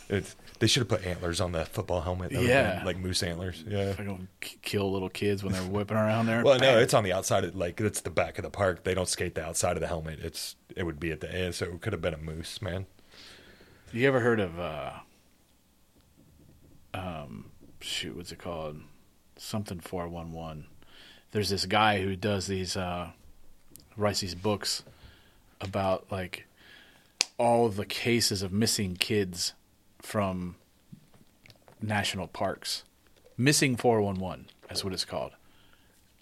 Speaker 2: It's they should have put antlers on the football helmet. That would've
Speaker 1: Yeah.
Speaker 2: been like moose antlers. Yeah.
Speaker 1: They're gonna k- kill little kids when they're whipping around there.
Speaker 2: Well, no, it's on the outside. Of, like it's the back of the park. They don't skate the outside of the helmet. It's it would be at the end, so it could have been a moose, man.
Speaker 1: You ever heard of uh um shoot, what's it called? Something four one one. There's this guy who does these uh writes these books about like all the cases of missing kids from national parks. Missing four one one, that's what it's called.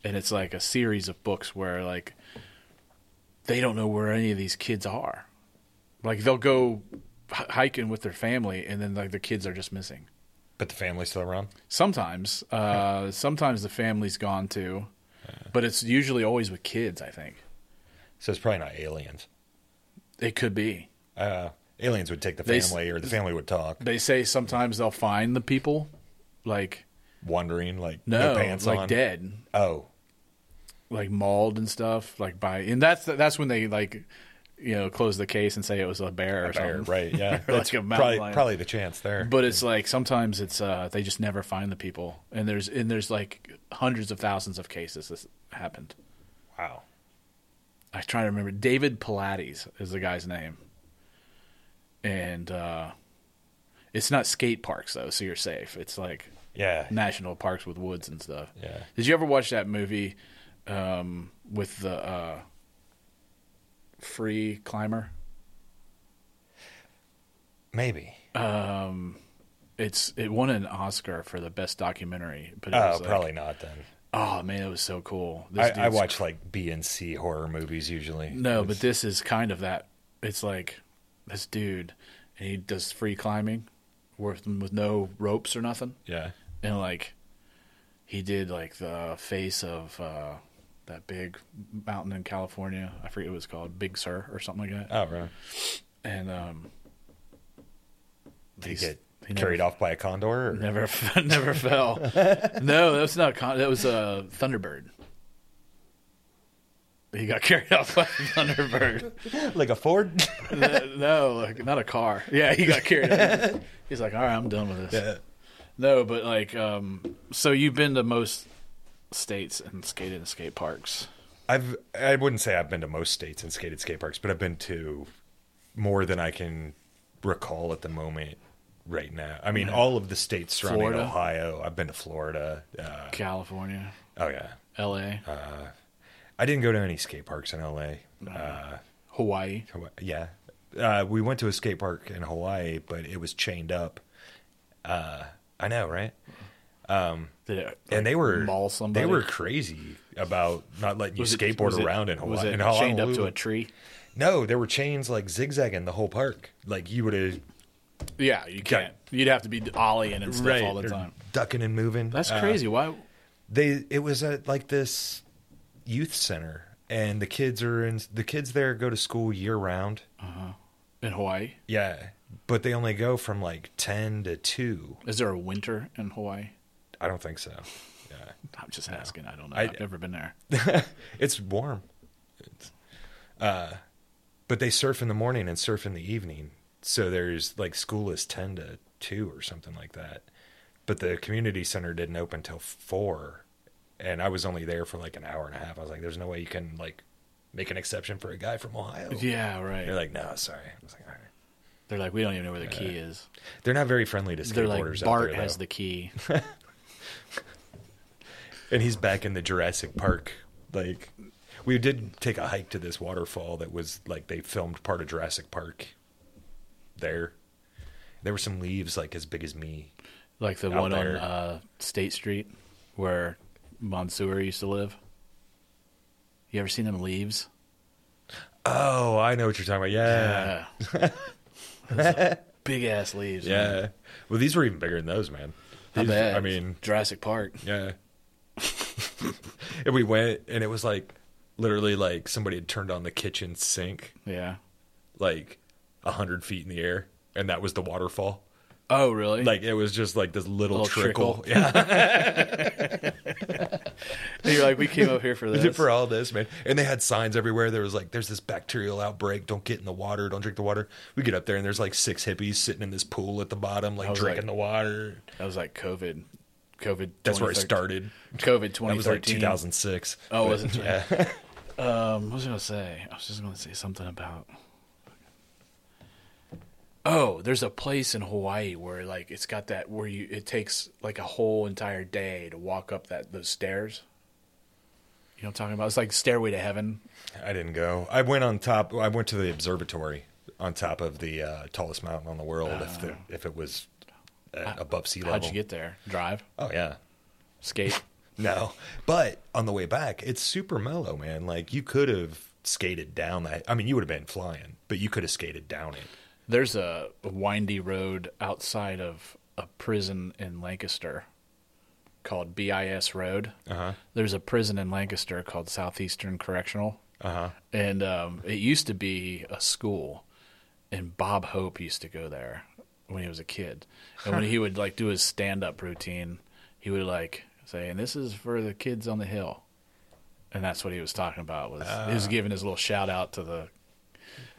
Speaker 1: And it's like a series of books where like they don't know where any of these kids are like they'll go h- hiking with their family and then like the kids are just missing
Speaker 2: But the family's still around.
Speaker 1: sometimes uh sometimes the family's gone too but it's usually always with kids i think
Speaker 2: So it's probably not aliens.
Speaker 1: it could be
Speaker 2: Uh, aliens would take the
Speaker 1: They s-
Speaker 2: family, or the family would talk,
Speaker 1: they say sometimes they'll find the people like
Speaker 2: wandering like
Speaker 1: no,
Speaker 2: no, pants
Speaker 1: like
Speaker 2: on.
Speaker 1: dead
Speaker 2: Oh,
Speaker 1: like mauled and stuff like by and that's that's when they like you know close the case and say it was a bear or
Speaker 2: bear,
Speaker 1: something
Speaker 2: oh, right? Yeah,
Speaker 1: Or like
Speaker 2: that's
Speaker 1: a mountain
Speaker 2: probably
Speaker 1: lion.
Speaker 2: probably the chance there.
Speaker 1: but it's like sometimes it's uh they just never find the people and there's and there's like hundreds of thousands of cases this happened
Speaker 2: Wow.
Speaker 1: I try to remember. David Pilates is the guy's name, and uh, It's not skate parks though, so you're safe. It's like
Speaker 2: Yeah.
Speaker 1: national parks with woods and stuff.
Speaker 2: Yeah.
Speaker 1: Did you ever watch that movie um, with the uh, free climber?
Speaker 2: Maybe.
Speaker 1: It's it won an Oscar for the best documentary, but it
Speaker 2: Oh,
Speaker 1: was like,
Speaker 2: probably not then.
Speaker 1: Oh man, it was so cool. This
Speaker 2: I, I
Speaker 1: dude's-
Speaker 2: watch like B and C horror movies usually.
Speaker 1: No, but this is kind of that. It's like this dude, and he does free climbing, with with no ropes or nothing,
Speaker 2: Yeah.
Speaker 1: and like he did like the face of uh, that big mountain in California. I forget what it was called, Big Sur or something like that.
Speaker 2: Oh, right.
Speaker 1: and um,
Speaker 2: Did he
Speaker 1: he's-
Speaker 2: get
Speaker 1: he never-
Speaker 2: carried off by a condor? Or?
Speaker 1: Never, never fell. No, that was not. Con- that was uh, Thunderbird. He got carried off by a Thunderbird.
Speaker 2: Like a Ford?
Speaker 1: no, no, like, not a car. Yeah, he got carried off. He's like, all right, I'm done with this. No, but like, um, so you've been to most states and skated in skate parks.
Speaker 2: I've I wouldn't say I've been to most states and skated skate parks, but I've been to more than I can recall at the moment right now. I mean, all of the states surrounding
Speaker 1: Florida?
Speaker 2: Ohio. I've been to Florida. Uh,
Speaker 1: California,
Speaker 2: oh yeah,
Speaker 1: L.A.,
Speaker 2: I didn't go to any skate parks in LA.
Speaker 1: Hawaii.
Speaker 2: Hawa- Yeah, uh, we went to a skate park in Hawaii, but it was chained up. Uh, I know, right?
Speaker 1: Did it,
Speaker 2: and they were
Speaker 1: maul somebody?
Speaker 2: they were crazy about not letting you
Speaker 1: was it-
Speaker 2: skateboard
Speaker 1: was it-
Speaker 2: around in Hawaii.
Speaker 1: Was it
Speaker 2: in
Speaker 1: chained up to
Speaker 2: Honolulu.
Speaker 1: a tree?
Speaker 2: No, there were chains like zigzagging the whole park. Like you would have
Speaker 1: Yeah, you can't. You'd have to be ollieing and stuff all the
Speaker 2: they're
Speaker 1: time.
Speaker 2: ducking and moving.
Speaker 1: That's
Speaker 2: Uh,
Speaker 1: crazy. Why?
Speaker 2: they it was at like this youth center, and the kids are in the kids there go to school year round.
Speaker 1: In Hawaii?
Speaker 2: Yeah, but they only go from like ten to two.
Speaker 1: Is there a winter in Hawaii?
Speaker 2: I don't think so. Yeah,
Speaker 1: I'm just asking. I don't know. I,
Speaker 2: I-
Speaker 1: have never been there.
Speaker 2: it's warm. It's- uh, but they surf in the morning and surf in the evening. So there's like school is 10 to 2 or something like that. But the community center didn't open till 4. And I was only there for like an hour and a half. I was like, there's no way you can like make an exception for a guy from Ohio.
Speaker 1: Yeah, right.
Speaker 2: They're like, no, sorry. I was like, all right.
Speaker 1: They're like, we don't even know where the key is.
Speaker 2: They're not very friendly to
Speaker 1: They're like,
Speaker 2: skateboarders. out
Speaker 1: Bart
Speaker 2: there,
Speaker 1: has
Speaker 2: though.
Speaker 1: the key.
Speaker 2: and he's back in the Jurassic Park. Like we did take a hike to this waterfall that was like they filmed part of Jurassic Park there. There were some leaves like as big as me.
Speaker 1: Like the
Speaker 2: Out
Speaker 1: one on
Speaker 2: there.
Speaker 1: uh, State Street where Mansoor used to live. You ever seen them leaves?
Speaker 2: Oh, I know what you're talking about. Yeah.
Speaker 1: Big ass leaves.
Speaker 2: Yeah.
Speaker 1: man.
Speaker 2: Well, these were even bigger than those, man.
Speaker 1: I
Speaker 2: These-
Speaker 1: bet.
Speaker 2: I mean,
Speaker 1: Jurassic Park.
Speaker 2: yeah. and we went and it was like literally like somebody had turned on the kitchen sink
Speaker 1: Yeah.
Speaker 2: like a hundred feet in the air and that was the waterfall.
Speaker 1: Oh, really?
Speaker 2: Like it was just like this little,
Speaker 1: Little
Speaker 2: trickle. Yeah,
Speaker 1: you're like, we came up here for this.
Speaker 2: for all this, man. And they had signs everywhere. There was like, there's this bacterial outbreak. Don't get in the water. Don't drink the water. We get up there and there's like six hippies sitting in this pool at the bottom, like
Speaker 1: was
Speaker 2: drinking
Speaker 1: like-
Speaker 2: the water.
Speaker 1: that was like COVID. COVID.
Speaker 2: That's where
Speaker 1: 2013.
Speaker 2: it started.
Speaker 1: COVID
Speaker 2: That
Speaker 1: 2013.
Speaker 2: was like 2006.
Speaker 1: Oh,
Speaker 2: But,
Speaker 1: was it?
Speaker 2: Yeah.
Speaker 1: Um, what was I gonna say? I was just gonna say something about. Oh, there's a place in Hawaii where like it's got that where you it takes like a whole entire day to walk up that those stairs. You know what I'm talking about? It's like Stairway to Heaven.
Speaker 2: I didn't go. I went on top. I went to the observatory on top of the uh, tallest mountain on the world. if the, if it was uh, above sea
Speaker 1: Ah.
Speaker 2: level.
Speaker 1: How'd you get there? Drive,
Speaker 2: Oh yeah.
Speaker 1: skate.
Speaker 2: No, but on the way back, it's super mellow, man. Like you could have skated down that. I mean, you would have been flying, but you could have skated down it.
Speaker 1: There's a, a windy road outside of a prison in Lancaster called BIS Road.
Speaker 2: Uh-huh.
Speaker 1: There's a prison in Lancaster called Southeastern Correctional.
Speaker 2: Uh huh.
Speaker 1: and um, it used to be a school, and Bob Hope used to go there when he was a kid, and when he would like do his stand up routine, he would like say, "And this is for the kids on the hill," and that's what he was talking about. Was he was giving his little shout out to the,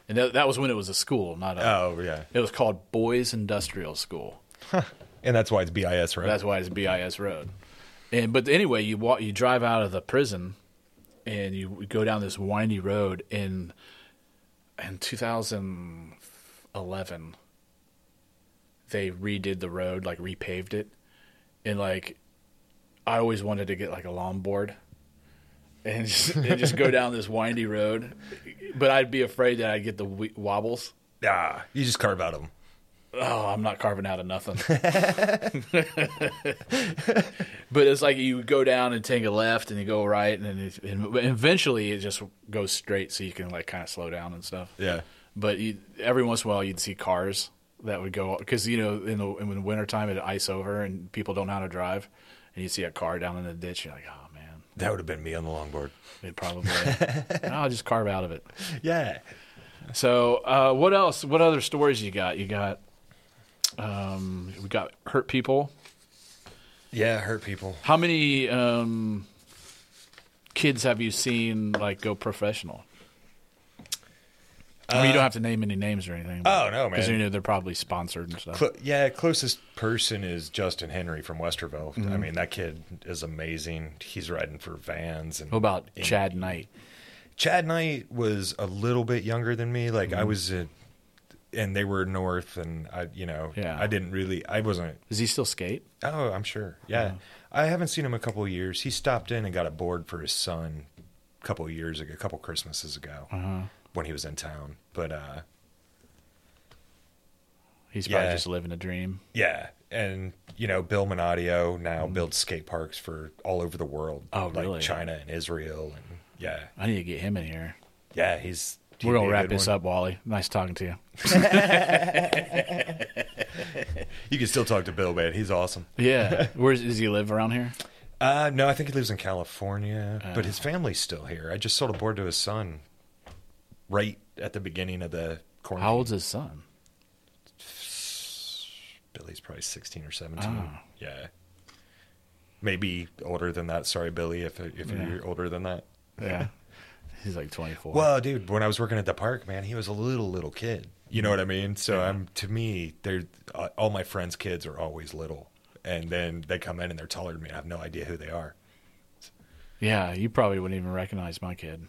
Speaker 1: and that, that was when it was a school, not a.
Speaker 2: Oh yeah,
Speaker 1: It was called Boys Industrial School.
Speaker 2: and that's why it's BIS, right?
Speaker 1: That's why it's BIS Road. And but anyway, you walk, you drive out of the prison, and you go down this windy road. In in 2011, they redid the road, like repaved it, and like I always wanted to get like a longboard and just, and just go down this windy road, but I'd be afraid that I'd get the w- wobbles.
Speaker 2: Ah, you just carve out of them.
Speaker 1: Oh, I'm not carving out of nothing. but it's like you go down and take a left, and you go right, and then it, and eventually it just goes straight, so you can like kind of slow down and stuff.
Speaker 2: Yeah.
Speaker 1: But you, every once in a while, you'd see cars that would go because you know in the in the wintertime it'd ice over and people don't know how to drive, and you see a car down in the ditch, you're like, oh man,
Speaker 2: That would have been me on the longboard.
Speaker 1: it probably. I'll just carve out of it.
Speaker 2: Yeah.
Speaker 1: So uh, what else? What other stories you got? You got um, we got hurt people.
Speaker 2: Yeah, hurt people.
Speaker 1: How many um, kids have you seen like go professional? I mean, you don't have to name any names or anything.
Speaker 2: Oh, no,
Speaker 1: because
Speaker 2: man.
Speaker 1: you know they're probably sponsored and stuff.
Speaker 2: Cl- yeah, closest person is Justin Henry from Westerville. I mean, that kid is amazing. He's riding for Vans and
Speaker 1: What about Chad Knight?
Speaker 2: Chad Knight was a little bit younger than me. Like
Speaker 1: Mm-hmm.
Speaker 2: I was, at, and they were north, and I, you know,
Speaker 1: Yeah.
Speaker 2: I didn't really, I wasn't.
Speaker 1: Does he still skate?
Speaker 2: Oh, I'm sure. Yeah,
Speaker 1: Uh-huh.
Speaker 2: I haven't seen him a couple of years. He stopped in and got a board for his son a couple of years ago, a couple Christmases ago,
Speaker 1: Uh-huh.
Speaker 2: when he was in town. But uh,
Speaker 1: He's probably
Speaker 2: Yeah.
Speaker 1: just living a dream.
Speaker 2: yeah, and you know, Bill Minadio now builds skate parks for all over the world.
Speaker 1: Mm-hmm. Oh,
Speaker 2: like
Speaker 1: really?
Speaker 2: China and Israel, and yeah,
Speaker 1: I need to get him in here.
Speaker 2: yeah, he's.
Speaker 1: We're
Speaker 2: he'd
Speaker 1: gonna
Speaker 2: be a
Speaker 1: wrap
Speaker 2: good
Speaker 1: this
Speaker 2: one.
Speaker 1: up, Wally. Nice talking to you.
Speaker 2: You can still talk to Bill, man. He's awesome.
Speaker 1: Yeah, where is, does he live around here?
Speaker 2: Uh, no, I think he lives in California,
Speaker 1: Oh.
Speaker 2: but his family's still here. I just sold a board to his son right at the beginning of the quarantine.
Speaker 1: How old's his son?
Speaker 2: Billy's probably 16 or 17.
Speaker 1: Oh.
Speaker 2: Yeah. Maybe older than that. Sorry, Billy, if, if you're older than that.
Speaker 1: Yeah, he's like twenty four.
Speaker 2: Well, dude, when I was working at the park, man, he was a little, little kid. You know what I mean? So I'm to me, they're, uh, all my friends' kids are always little. And then they come in and they're taller than me. I have no idea who they are.
Speaker 1: Yeah, you probably wouldn't even recognize my kid.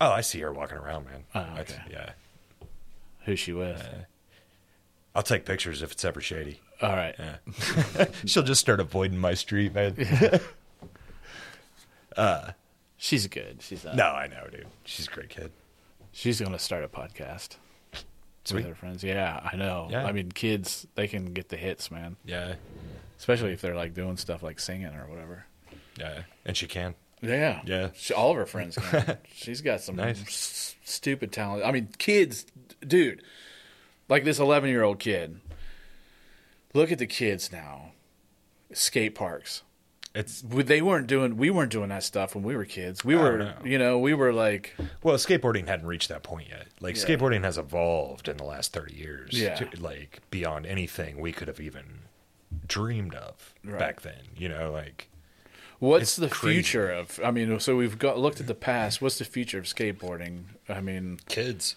Speaker 2: Oh, I see her walking around, man.
Speaker 1: Oh,
Speaker 2: I-
Speaker 1: okay.
Speaker 2: yeah.
Speaker 1: Who's she with?
Speaker 2: I'll take pictures if it's ever shady.
Speaker 1: All right.
Speaker 2: She'll just start avoiding my street, man.
Speaker 1: She's good. She's not.
Speaker 2: No, I know, dude. She's a great kid.
Speaker 1: She's going to start a podcast with
Speaker 2: Sweet.
Speaker 1: her friends. Yeah, I know.
Speaker 2: Yeah.
Speaker 1: I mean, kids, they can get the hits, man.
Speaker 2: Yeah,
Speaker 1: Especially if they're like doing stuff like singing or whatever.
Speaker 2: yeah. And she can.
Speaker 1: Yeah.
Speaker 2: Yeah.
Speaker 1: She, all of her friends can. She's got some
Speaker 2: Nice.
Speaker 1: s- stupid talent. I mean, kids, dude, like this 11 year old kid. Look at the kids now. Skate parks.
Speaker 2: It's
Speaker 1: We- They weren't doing, we weren't doing that stuff when we were kids. We were,
Speaker 2: Oh, no.
Speaker 1: you know, we were like,
Speaker 2: well, skateboarding hadn't reached that point yet. Like
Speaker 1: Yeah.
Speaker 2: skateboarding has evolved in the last thirty years.
Speaker 1: Yeah.
Speaker 2: to- like beyond anything we could have even dreamed of
Speaker 1: Right.
Speaker 2: back then. You know, like
Speaker 1: What's
Speaker 2: It's
Speaker 1: the
Speaker 2: crazy.
Speaker 1: future of? I mean, so we've got looked at the past. What's the future of skateboarding? I mean,
Speaker 2: kids.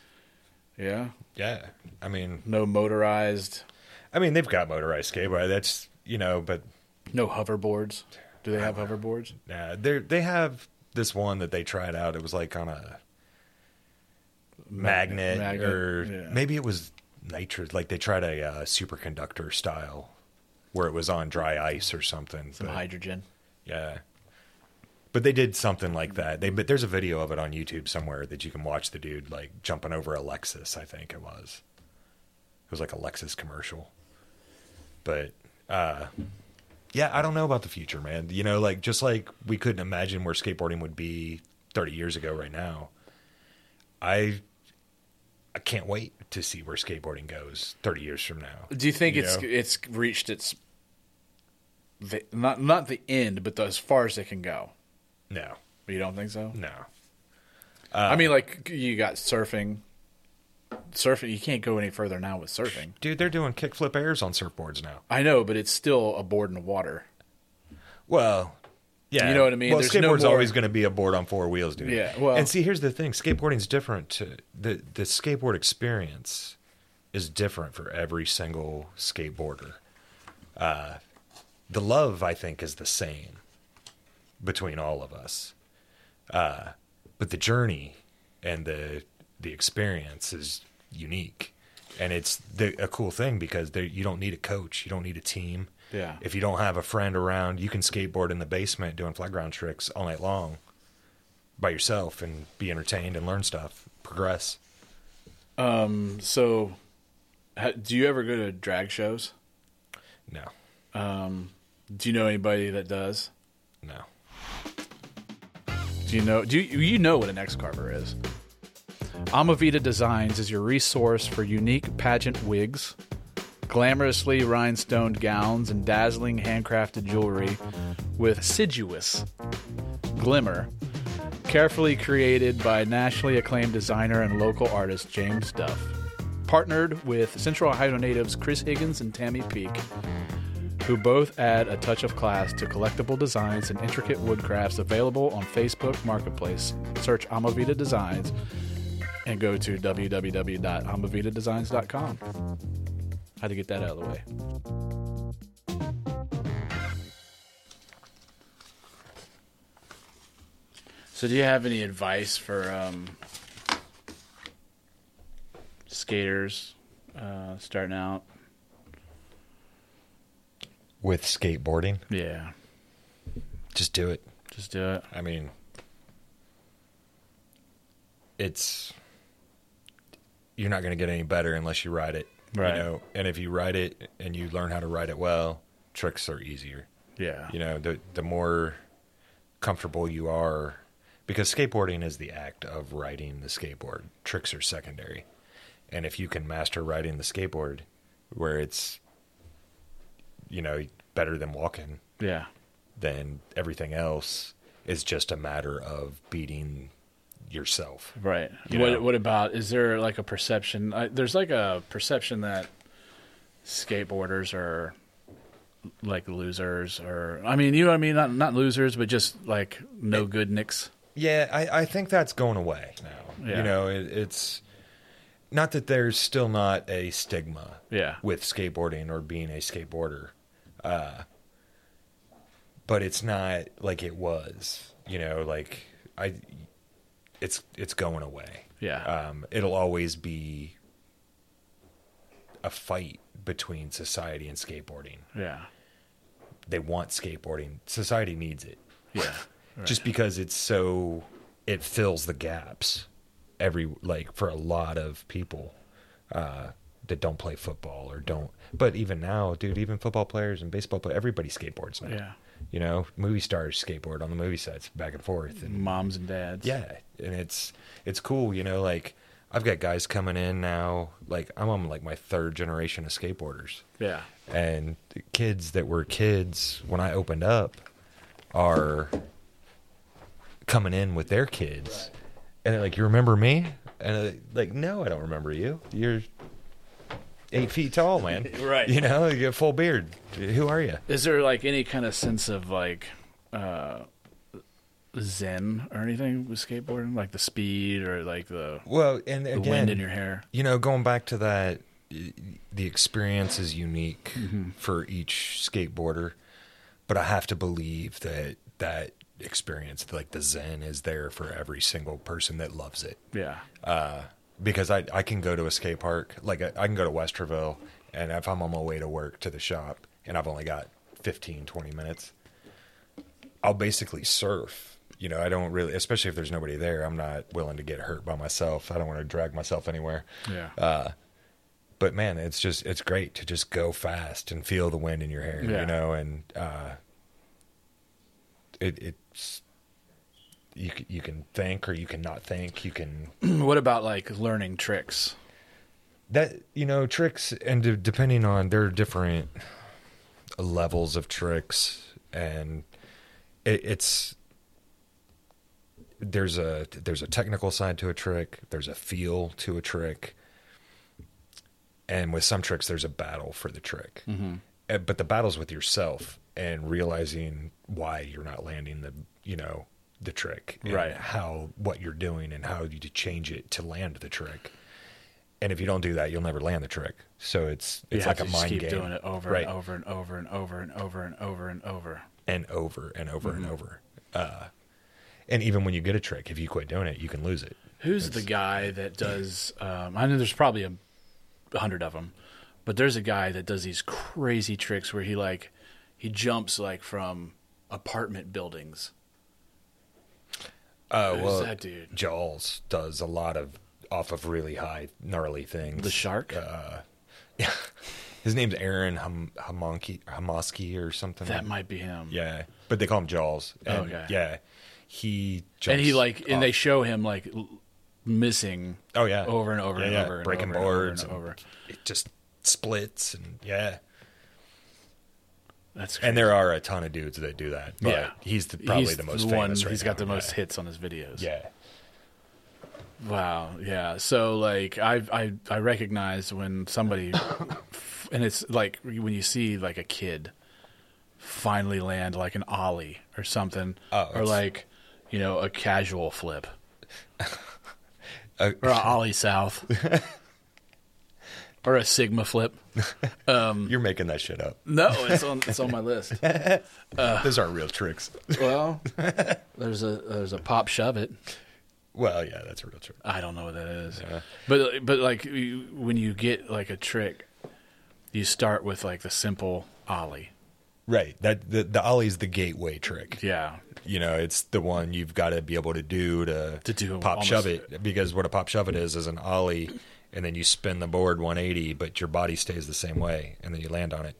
Speaker 1: yeah,
Speaker 2: Yeah. I mean
Speaker 1: no motorized,
Speaker 2: I mean they've got motorized skateboard. That's you know, but
Speaker 1: no hoverboards. Do they have hoverboards?
Speaker 2: nah, they they have this one that they tried out. It was like on a magnet,
Speaker 1: magnet,
Speaker 2: or
Speaker 1: yeah.
Speaker 2: maybe it was nitrogen. Like they tried a uh, superconductor style where it was on dry ice or something.
Speaker 1: Some
Speaker 2: but-
Speaker 1: hydrogen.
Speaker 2: yeah. But they did something like that. They but there's a video of it on YouTube somewhere that you can watch the dude like jumping over a Lexus, I think it was. It was like a Lexus commercial. But uh yeah, I don't know about the future, man. You know, like just like we couldn't imagine where skateboarding would be 30 years ago right now. I I can't wait to see where skateboarding goes 30 years from now.
Speaker 1: Do you think
Speaker 2: You
Speaker 1: it's
Speaker 2: know?
Speaker 1: it's reached its the, not not the end, but the, as far as it can go?
Speaker 2: No.
Speaker 1: You don't think so?
Speaker 2: No. Uh,
Speaker 1: I mean, like you got surfing. Surfing, you can't go any further now with surfing.
Speaker 2: Dude, they're doing kickflip airs on surfboards now.
Speaker 1: I know, but it's still a board in the water.
Speaker 2: Well, yeah,
Speaker 1: You know what I mean?
Speaker 2: Well,
Speaker 1: There's no
Speaker 2: skateboard's
Speaker 1: more-
Speaker 2: always going to be a board on four wheels, dude.
Speaker 1: Yeah, well-
Speaker 2: and see, here's the thing: skateboarding's different. To, the The skateboard experience is different for every single skateboarder. Uh, the love, I think, is the same between all of us, uh, but the journey and the the experience is unique. and it's the, a cool thing because there, you don't need a coach, you don't need a team.
Speaker 1: Yeah.
Speaker 2: If you don't have a friend around, you can skateboard in the basement doing flat ground tricks all night long by yourself and be entertained and learn stuff, progress.
Speaker 1: So, ha- do you ever go to drag shows?
Speaker 2: No,
Speaker 1: Do you know anybody that does?
Speaker 2: no,
Speaker 1: Do you know? Do you, you know what an X carver is? Amavita Designs is your resource for unique pageant wigs, glamorously rhinestoned gowns, and dazzling handcrafted jewelry with assiduous glimmer, carefully created by nationally acclaimed designer and local artist James Duff. Partnered with Central Ohio natives Chris Higgins and Tammy Peake, who both add a touch of class to collectible designs and intricate woodcrafts available on Facebook Marketplace. Search Amavita Designs and go to www.amavitadesigns.com. How to get that out of the way. So, do you have any advice for um, skaters uh, starting out?
Speaker 2: with skateboarding,
Speaker 1: Yeah,
Speaker 2: just do it.
Speaker 1: just do it.
Speaker 2: I mean, it's you're not going to get any better unless you ride it,
Speaker 1: Right.
Speaker 2: You know, and if you ride it and you learn how to ride it well, tricks are easier.
Speaker 1: Yeah.
Speaker 2: You know, the the more comfortable you are, because skateboarding is the act of riding the skateboard. Tricks are secondary, and if you can master riding the skateboard, where it's you know better than walking,
Speaker 1: Yeah.
Speaker 2: then everything else is just a matter of beating yourself.
Speaker 1: Right.
Speaker 2: You
Speaker 1: what
Speaker 2: know?
Speaker 1: What about? Is there like a perception? I, there's like a perception that skateboarders are like losers, or I mean, you know what I mean? Not not losers, but just like no good nicks.
Speaker 2: Yeah, I, I think that's going away now.
Speaker 1: Yeah.
Speaker 2: You know, it, it's not that there's still not a stigma
Speaker 1: Yeah.
Speaker 2: with skateboarding or being a skateboarder, uh, but it's not like it was. You know, like I, it's it's going away.
Speaker 1: Yeah.
Speaker 2: um, it'll always be a fight between society and skateboarding.
Speaker 1: Yeah.
Speaker 2: They want skateboarding. Society needs it
Speaker 1: Yeah.
Speaker 2: just because it's so it fills the gaps every like for a lot of people uh that don't play football or don't but even now dude even football players and baseball players everybody skateboards now
Speaker 1: Yeah.
Speaker 2: you know movie stars skateboard on the movie sets back and forth and
Speaker 1: Moms and dads.
Speaker 2: yeah and it's it's cool you know like i've got guys coming in now like i'm on like my third generation of skateboarders
Speaker 1: Yeah.
Speaker 2: and the kids that were kids when I opened up are coming in with their kids, and they're like, "You remember me?" And i like, "No, I don't remember you. You're eight feet tall, man.
Speaker 1: Right.
Speaker 2: You know, you got full beard. Who are you?"
Speaker 1: Is there like any kind of sense of like uh zen or anything with skateboarding, like the speed or like the,
Speaker 2: Well, and
Speaker 1: the
Speaker 2: again,
Speaker 1: wind in your hair?
Speaker 2: you know, going back to that, y- the experience is unique for each skateboarder, but I have to believe that that experience, like the Zen, is there for every single person that loves it.
Speaker 1: Yeah.
Speaker 2: Because I, I can go to a skate park, like I, I can go to Westerville, and if I'm on my way to work to the shop and I've only got 15, 20 minutes, I'll basically surf. You know, I don't really, especially if there's nobody there, I'm not willing to get hurt by myself. I don't want to drag myself anywhere
Speaker 1: Yeah.
Speaker 2: but man, it's just it's great to just go fast and feel the wind in your hair,
Speaker 1: Yeah.
Speaker 2: you know, and uh, it it's you c- you can think or you can not think, you can
Speaker 1: what about like learning tricks?
Speaker 2: that you know tricks and de- depending on there are different levels of tricks and it, it's there's a there's a technical side to a trick there's a feel to a trick and with some tricks there's a battle for the trick Uh, but the battle's with yourself and realizing why you're not landing the you know the trick and
Speaker 1: Right.
Speaker 2: how what you're doing and how you to change it to land the trick and if you don't do that, you'll never land the trick. So it's
Speaker 1: You
Speaker 2: it's
Speaker 1: have
Speaker 2: like
Speaker 1: to
Speaker 2: a
Speaker 1: just
Speaker 2: mind
Speaker 1: keep
Speaker 2: game,
Speaker 1: doing it over
Speaker 2: right?
Speaker 1: and over and over and over and over and over and over.
Speaker 2: and over and over
Speaker 1: Mm-hmm.
Speaker 2: and over. Uh, and even when you get a trick, if you quit doing it, you can lose it.
Speaker 1: Who's the guy that does? Um, I know there's probably a a hundred of them, but there's a guy that does these crazy tricks where he like he jumps like from apartment buildings.
Speaker 2: Oh
Speaker 1: Who's
Speaker 2: well,
Speaker 1: that dude?
Speaker 2: Jaws does a lot of off of really high gnarly things.
Speaker 1: The shark.
Speaker 2: uh, His name's Aaron Ham- Hamonki Hamoski or something.
Speaker 1: That might be him.
Speaker 2: yeah, but they call him Jaws. And
Speaker 1: Okay.
Speaker 2: Yeah, he jumps
Speaker 1: and he like and they
Speaker 2: off-
Speaker 1: show him like l- missing
Speaker 2: oh yeah
Speaker 1: over and over
Speaker 2: Yeah,
Speaker 1: and
Speaker 2: yeah.
Speaker 1: over and
Speaker 2: breaking
Speaker 1: over and over
Speaker 2: boards
Speaker 1: and over.
Speaker 2: It just splits and yeah.
Speaker 1: that's crazy.
Speaker 2: And there are a ton of dudes that do that. But
Speaker 1: Yeah.
Speaker 2: he's the, probably
Speaker 1: He's
Speaker 2: the most
Speaker 1: the one
Speaker 2: famous. right
Speaker 1: he's got the
Speaker 2: now.
Speaker 1: most hits on his videos
Speaker 2: Yeah.
Speaker 1: Wow. Yeah. So like I I I recognize when somebody and it's like when you see like a kid finally land like an ollie or something
Speaker 2: Oh,
Speaker 1: or
Speaker 2: it's-
Speaker 1: like you know a casual flip
Speaker 2: Uh,
Speaker 1: or a ollie south or a sigma flip. Um,
Speaker 2: You're making that shit up.
Speaker 1: No, it's on it's on my list.
Speaker 2: Those aren't real tricks.
Speaker 1: Well, there's a there's a pop shove it.
Speaker 2: Well, yeah, that's a real trick.
Speaker 1: I don't know what that is. But but like you- when you get like a trick, you start with like the simple ollie.
Speaker 2: Right. That the, the ollie's the gateway trick.
Speaker 1: Yeah.
Speaker 2: You know, it's the one you've got to be able to do to,
Speaker 1: To do
Speaker 2: pop
Speaker 1: almost-
Speaker 2: shove it because what a pop shove it is is an ollie, and then you spin the board 180, but your body stays the same way, and then you land on it.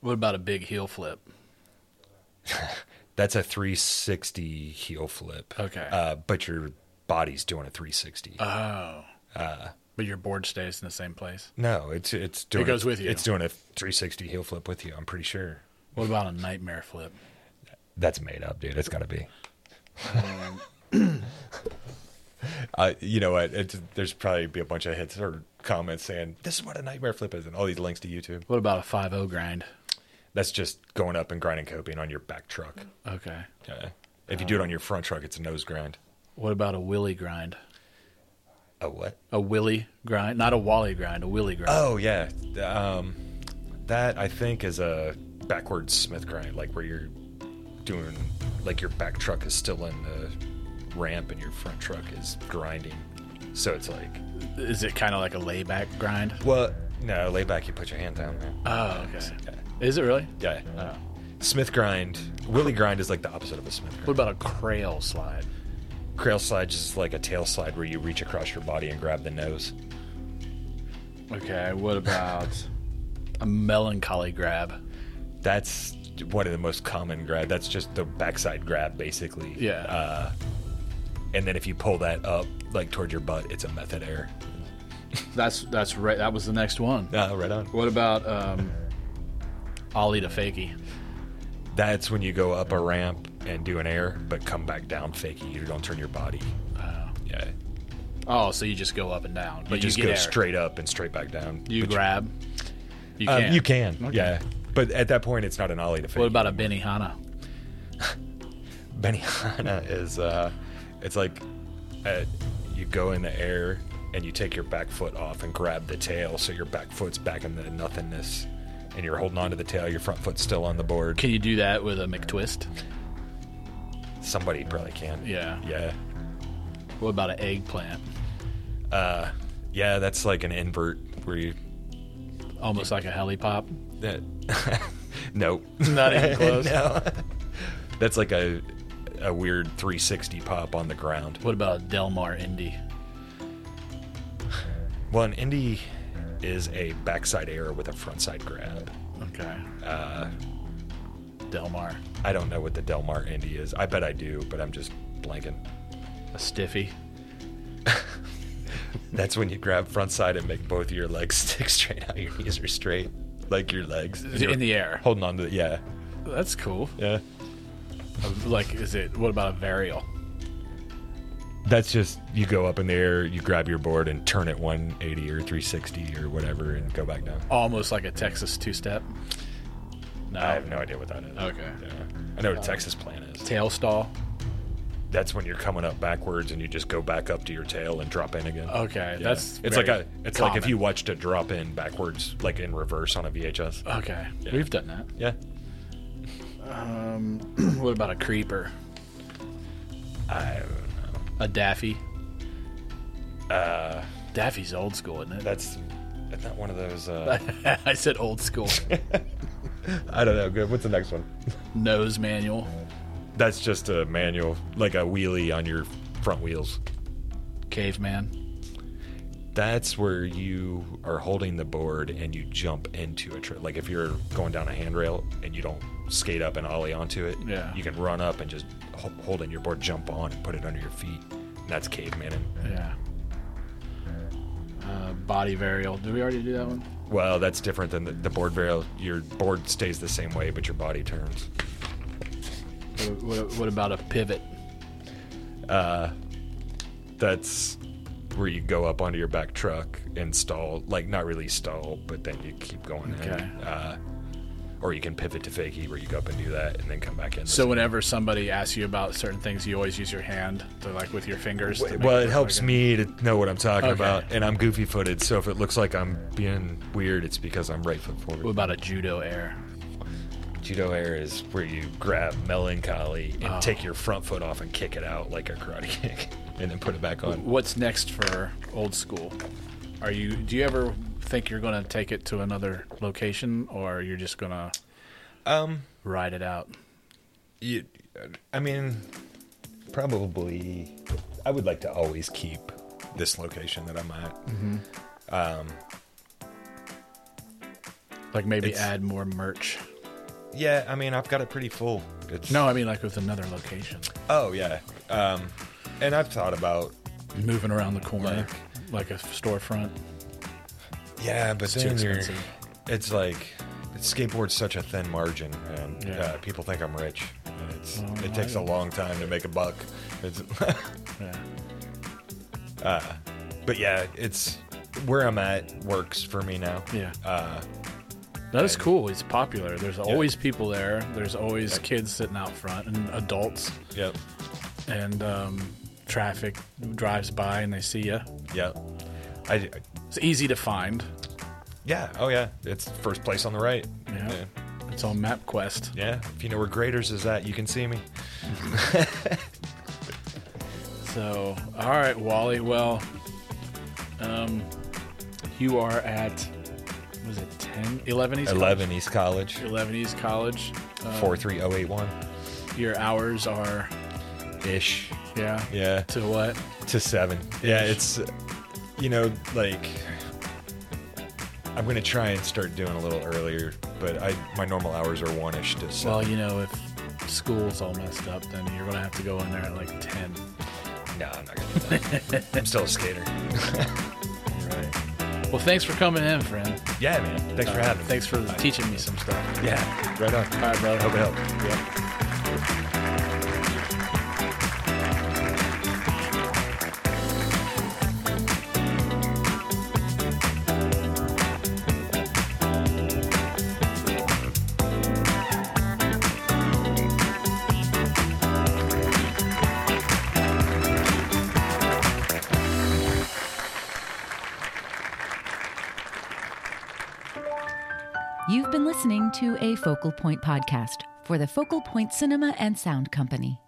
Speaker 1: What about a big heel flip?
Speaker 2: That's a 360 heel flip.
Speaker 1: Okay.
Speaker 2: Uh, but your body's doing a 360.
Speaker 1: Oh. but your board stays in the same place.
Speaker 2: No, it's it's doing
Speaker 1: goes with you.
Speaker 2: It's doing a 360 heel flip with you. I'm pretty sure.
Speaker 1: What about a nightmare flip?
Speaker 2: That's made up, dude. It's got to be.
Speaker 1: Um,
Speaker 2: Uh, you know what? It's, there's probably be a bunch of hits or comments saying this is what a nightmare flip is, and all these links to YouTube.
Speaker 1: What about a five O grind?
Speaker 2: That's just going up and grinding coping on your back truck.
Speaker 1: Okay.
Speaker 2: Yeah. If you do it on your front truck, it's a nose grind.
Speaker 1: What about a willy grind?
Speaker 2: A what?
Speaker 1: A willy grind, not a wally grind, a willy grind.
Speaker 2: Oh yeah, um, that I think is a backwards Smith grind, like where you're doing like your back truck is still in the ramp and your front truck is grinding. So it's like,
Speaker 1: Is it kind of like a layback grind?
Speaker 2: well, no, lay back, you put your hand down, man.
Speaker 1: Oh, okay. Is it really?
Speaker 2: yeah.
Speaker 1: Oh.
Speaker 2: Smith grind, Willie grind is like the opposite of a Smith
Speaker 1: What
Speaker 2: grind.
Speaker 1: about a crail slide?
Speaker 2: Crail slide is like a tail slide where you reach across your body and grab the nose.
Speaker 1: Okay, what about a melancholy grab?
Speaker 2: That's one of the most common grab. That's just the backside grab, basically.
Speaker 1: Yeah.
Speaker 2: and then if you pull that up like toward your butt, it's a method air.
Speaker 1: that's that's right. That was the next one.
Speaker 2: Uh, right on.
Speaker 1: What about um, ollie to fakie?
Speaker 2: That's when you go up a ramp and do an air, but come back down faking. You don't turn your body. yeah, you
Speaker 1: Oh, so you just go up and down, but you,
Speaker 2: just
Speaker 1: get
Speaker 2: go
Speaker 1: air.
Speaker 2: straight up and straight back down.
Speaker 1: You
Speaker 2: But
Speaker 1: grab. You
Speaker 2: um,
Speaker 1: can.
Speaker 2: you can.
Speaker 1: Okay.
Speaker 2: Yeah, but at that point, it's not an ollie to fake.
Speaker 1: What about a Benihana?
Speaker 2: Benihana? Is uh, it's like uh, you go in the air and you take your back foot off and grab the tail, so your back foot's back in the nothingness, and you're holding onto the tail. Your front foot's still on the board.
Speaker 1: Can you do that with a McTwist?
Speaker 2: Somebody probably can.
Speaker 1: Yeah.
Speaker 2: Yeah.
Speaker 1: What about an eggplant?
Speaker 2: Yeah, that's like an invert where you.
Speaker 1: Almost like a helipop.
Speaker 2: That, no.
Speaker 1: Not even close.
Speaker 2: no. That's like a a weird 360 pop on the ground.
Speaker 1: What about a Delmar Indy?
Speaker 2: Well, an indie is a backside air with a frontside grab.
Speaker 1: Okay. Uh, Delmar,
Speaker 2: I don't know what the Del Mar indie is. I bet I do, but I'm just blanking.
Speaker 1: a stiffy.
Speaker 2: That's when you grab frontside and make both of your legs stick straight out. Your knees are straight, like your legs and you're
Speaker 1: In the air.
Speaker 2: holding on to. The, yeah,
Speaker 1: That's cool. Uh,
Speaker 2: yeah.
Speaker 1: Like, is it? What about a varial?
Speaker 2: That's just you go up in the air, you grab your board and turn it 180 or 360 or whatever and go back down.
Speaker 1: Almost like a Texas two-step. No.
Speaker 2: I have no idea what that is. Um,
Speaker 1: Okay.
Speaker 2: Yeah. I know what a Texas plan is.
Speaker 1: Tail stall.
Speaker 2: That's when you're coming up backwards and you just go back up to your tail and drop in again.
Speaker 1: Okay,
Speaker 2: Yeah.
Speaker 1: that's
Speaker 2: it's
Speaker 1: very
Speaker 2: like a it's like if
Speaker 1: common.
Speaker 2: you watched a drop in backwards like in reverse on a VHS.
Speaker 1: Okay, we've done that.
Speaker 2: yeah.
Speaker 1: What about a creeper?
Speaker 2: I
Speaker 1: A daffy. Uh, Daffy's old school, isn't it?
Speaker 2: That's that's not one of those. Uh,
Speaker 1: I said old school.
Speaker 2: I don't know. Good. What's the next one?
Speaker 1: Nose manual.
Speaker 2: That's just a manual, like a wheelie on your front wheels.
Speaker 1: Caveman.
Speaker 2: That's where you are holding the board and you jump into a trip. Like if you're going down a handrail and you don't skate up and ollie onto it,
Speaker 1: Yeah.
Speaker 2: you can run up and just ho- hold in your board, jump on, and put it under your feet. And that's cavemanning.
Speaker 1: Yeah. Uh, body varial. Did we already do that one?
Speaker 2: Well, that's different than the, the board varial. Your board stays the same way, but your body turns.
Speaker 1: What- What, what about a pivot?
Speaker 2: That's where you go up onto your back truck and stall, like not really stall, but then you keep going. in.
Speaker 1: Okay.
Speaker 2: Uh, or you can pivot to fakie, where you go up and do that, and then come back in.
Speaker 1: So whenever somebody asks you about certain things, you always use your hand to like with your fingers. to make
Speaker 2: well, it
Speaker 1: look
Speaker 2: helps
Speaker 1: like
Speaker 2: me to know what I'm talking
Speaker 1: Okay.
Speaker 2: about, and I'm goofy footed, so if it looks like I'm being weird, it's because I'm right foot
Speaker 1: What
Speaker 2: forward.
Speaker 1: about a judo air?
Speaker 2: Judo air is where you grab melancholy and take your front foot off and kick it out like a karate kick, and then put it back on.
Speaker 1: What's next for old school? Are you? Do you ever think you're going to take it to another location, or you're just going to um, ride it out?
Speaker 2: you, I mean, probably. I would like to always keep this location that I'm at.
Speaker 1: Like maybe
Speaker 2: It's-
Speaker 1: add more merch?
Speaker 2: Yeah, I mean, I've got it pretty full. It's,
Speaker 1: No, I mean like with another location,
Speaker 2: Oh yeah. Um, and I've thought about.
Speaker 1: moving around the corner, like, a storefront.
Speaker 2: Yeah, but
Speaker 1: too
Speaker 2: then you're,
Speaker 1: expensive.
Speaker 2: it's like skateboard's such a thin margin, and
Speaker 1: Yeah.
Speaker 2: uh, people think I'm rich. And it's
Speaker 1: Well,
Speaker 2: it
Speaker 1: I
Speaker 2: takes a
Speaker 1: don't-
Speaker 2: long time to make a buck. It's,
Speaker 1: Yeah.
Speaker 2: but yeah, it's where I'm at works for me now.
Speaker 1: Yeah.
Speaker 2: Uh,
Speaker 1: That is cool. It's popular. There's always people there. There's always kids sitting out front and adults.
Speaker 2: yep.
Speaker 1: and um, traffic drives by and they see you.
Speaker 2: Yep. I,
Speaker 1: It's easy to find.
Speaker 2: Yeah. Oh, yeah. It's first place on the right.
Speaker 1: Yeah.
Speaker 2: Yeah.
Speaker 1: It's on MapQuest.
Speaker 2: Yeah. If you know where Graders is at, you can see me.
Speaker 1: So, all right, Wally. Well, um, you are at, was it 10? 11 East College?
Speaker 2: East College,
Speaker 1: 11 East College. Uh,
Speaker 2: 43081
Speaker 1: Your hours are,
Speaker 2: ish.
Speaker 1: yeah.
Speaker 2: Yeah.
Speaker 1: To what?
Speaker 2: To seven. Yeah. It's, you know, like, I'm going to try and start doing a little earlier, but I my normal hours are one ish to
Speaker 1: Well,
Speaker 2: seven.
Speaker 1: you know, if school's all messed up, then you're going to have to go in there at like 10.
Speaker 2: no, I'm not going to do that. I'm still a skater.
Speaker 1: Right. Well, thanks for coming in, friend.
Speaker 2: Yeah, man. Thanks for
Speaker 1: Uh,
Speaker 2: having me.
Speaker 1: Thanks for teaching me some stuff.
Speaker 2: Yeah. Right on.
Speaker 1: All right, brother.
Speaker 2: Hope it helped.
Speaker 3: You've been listening to a Focal Point podcast for the Focal Point Cinema and Sound Company.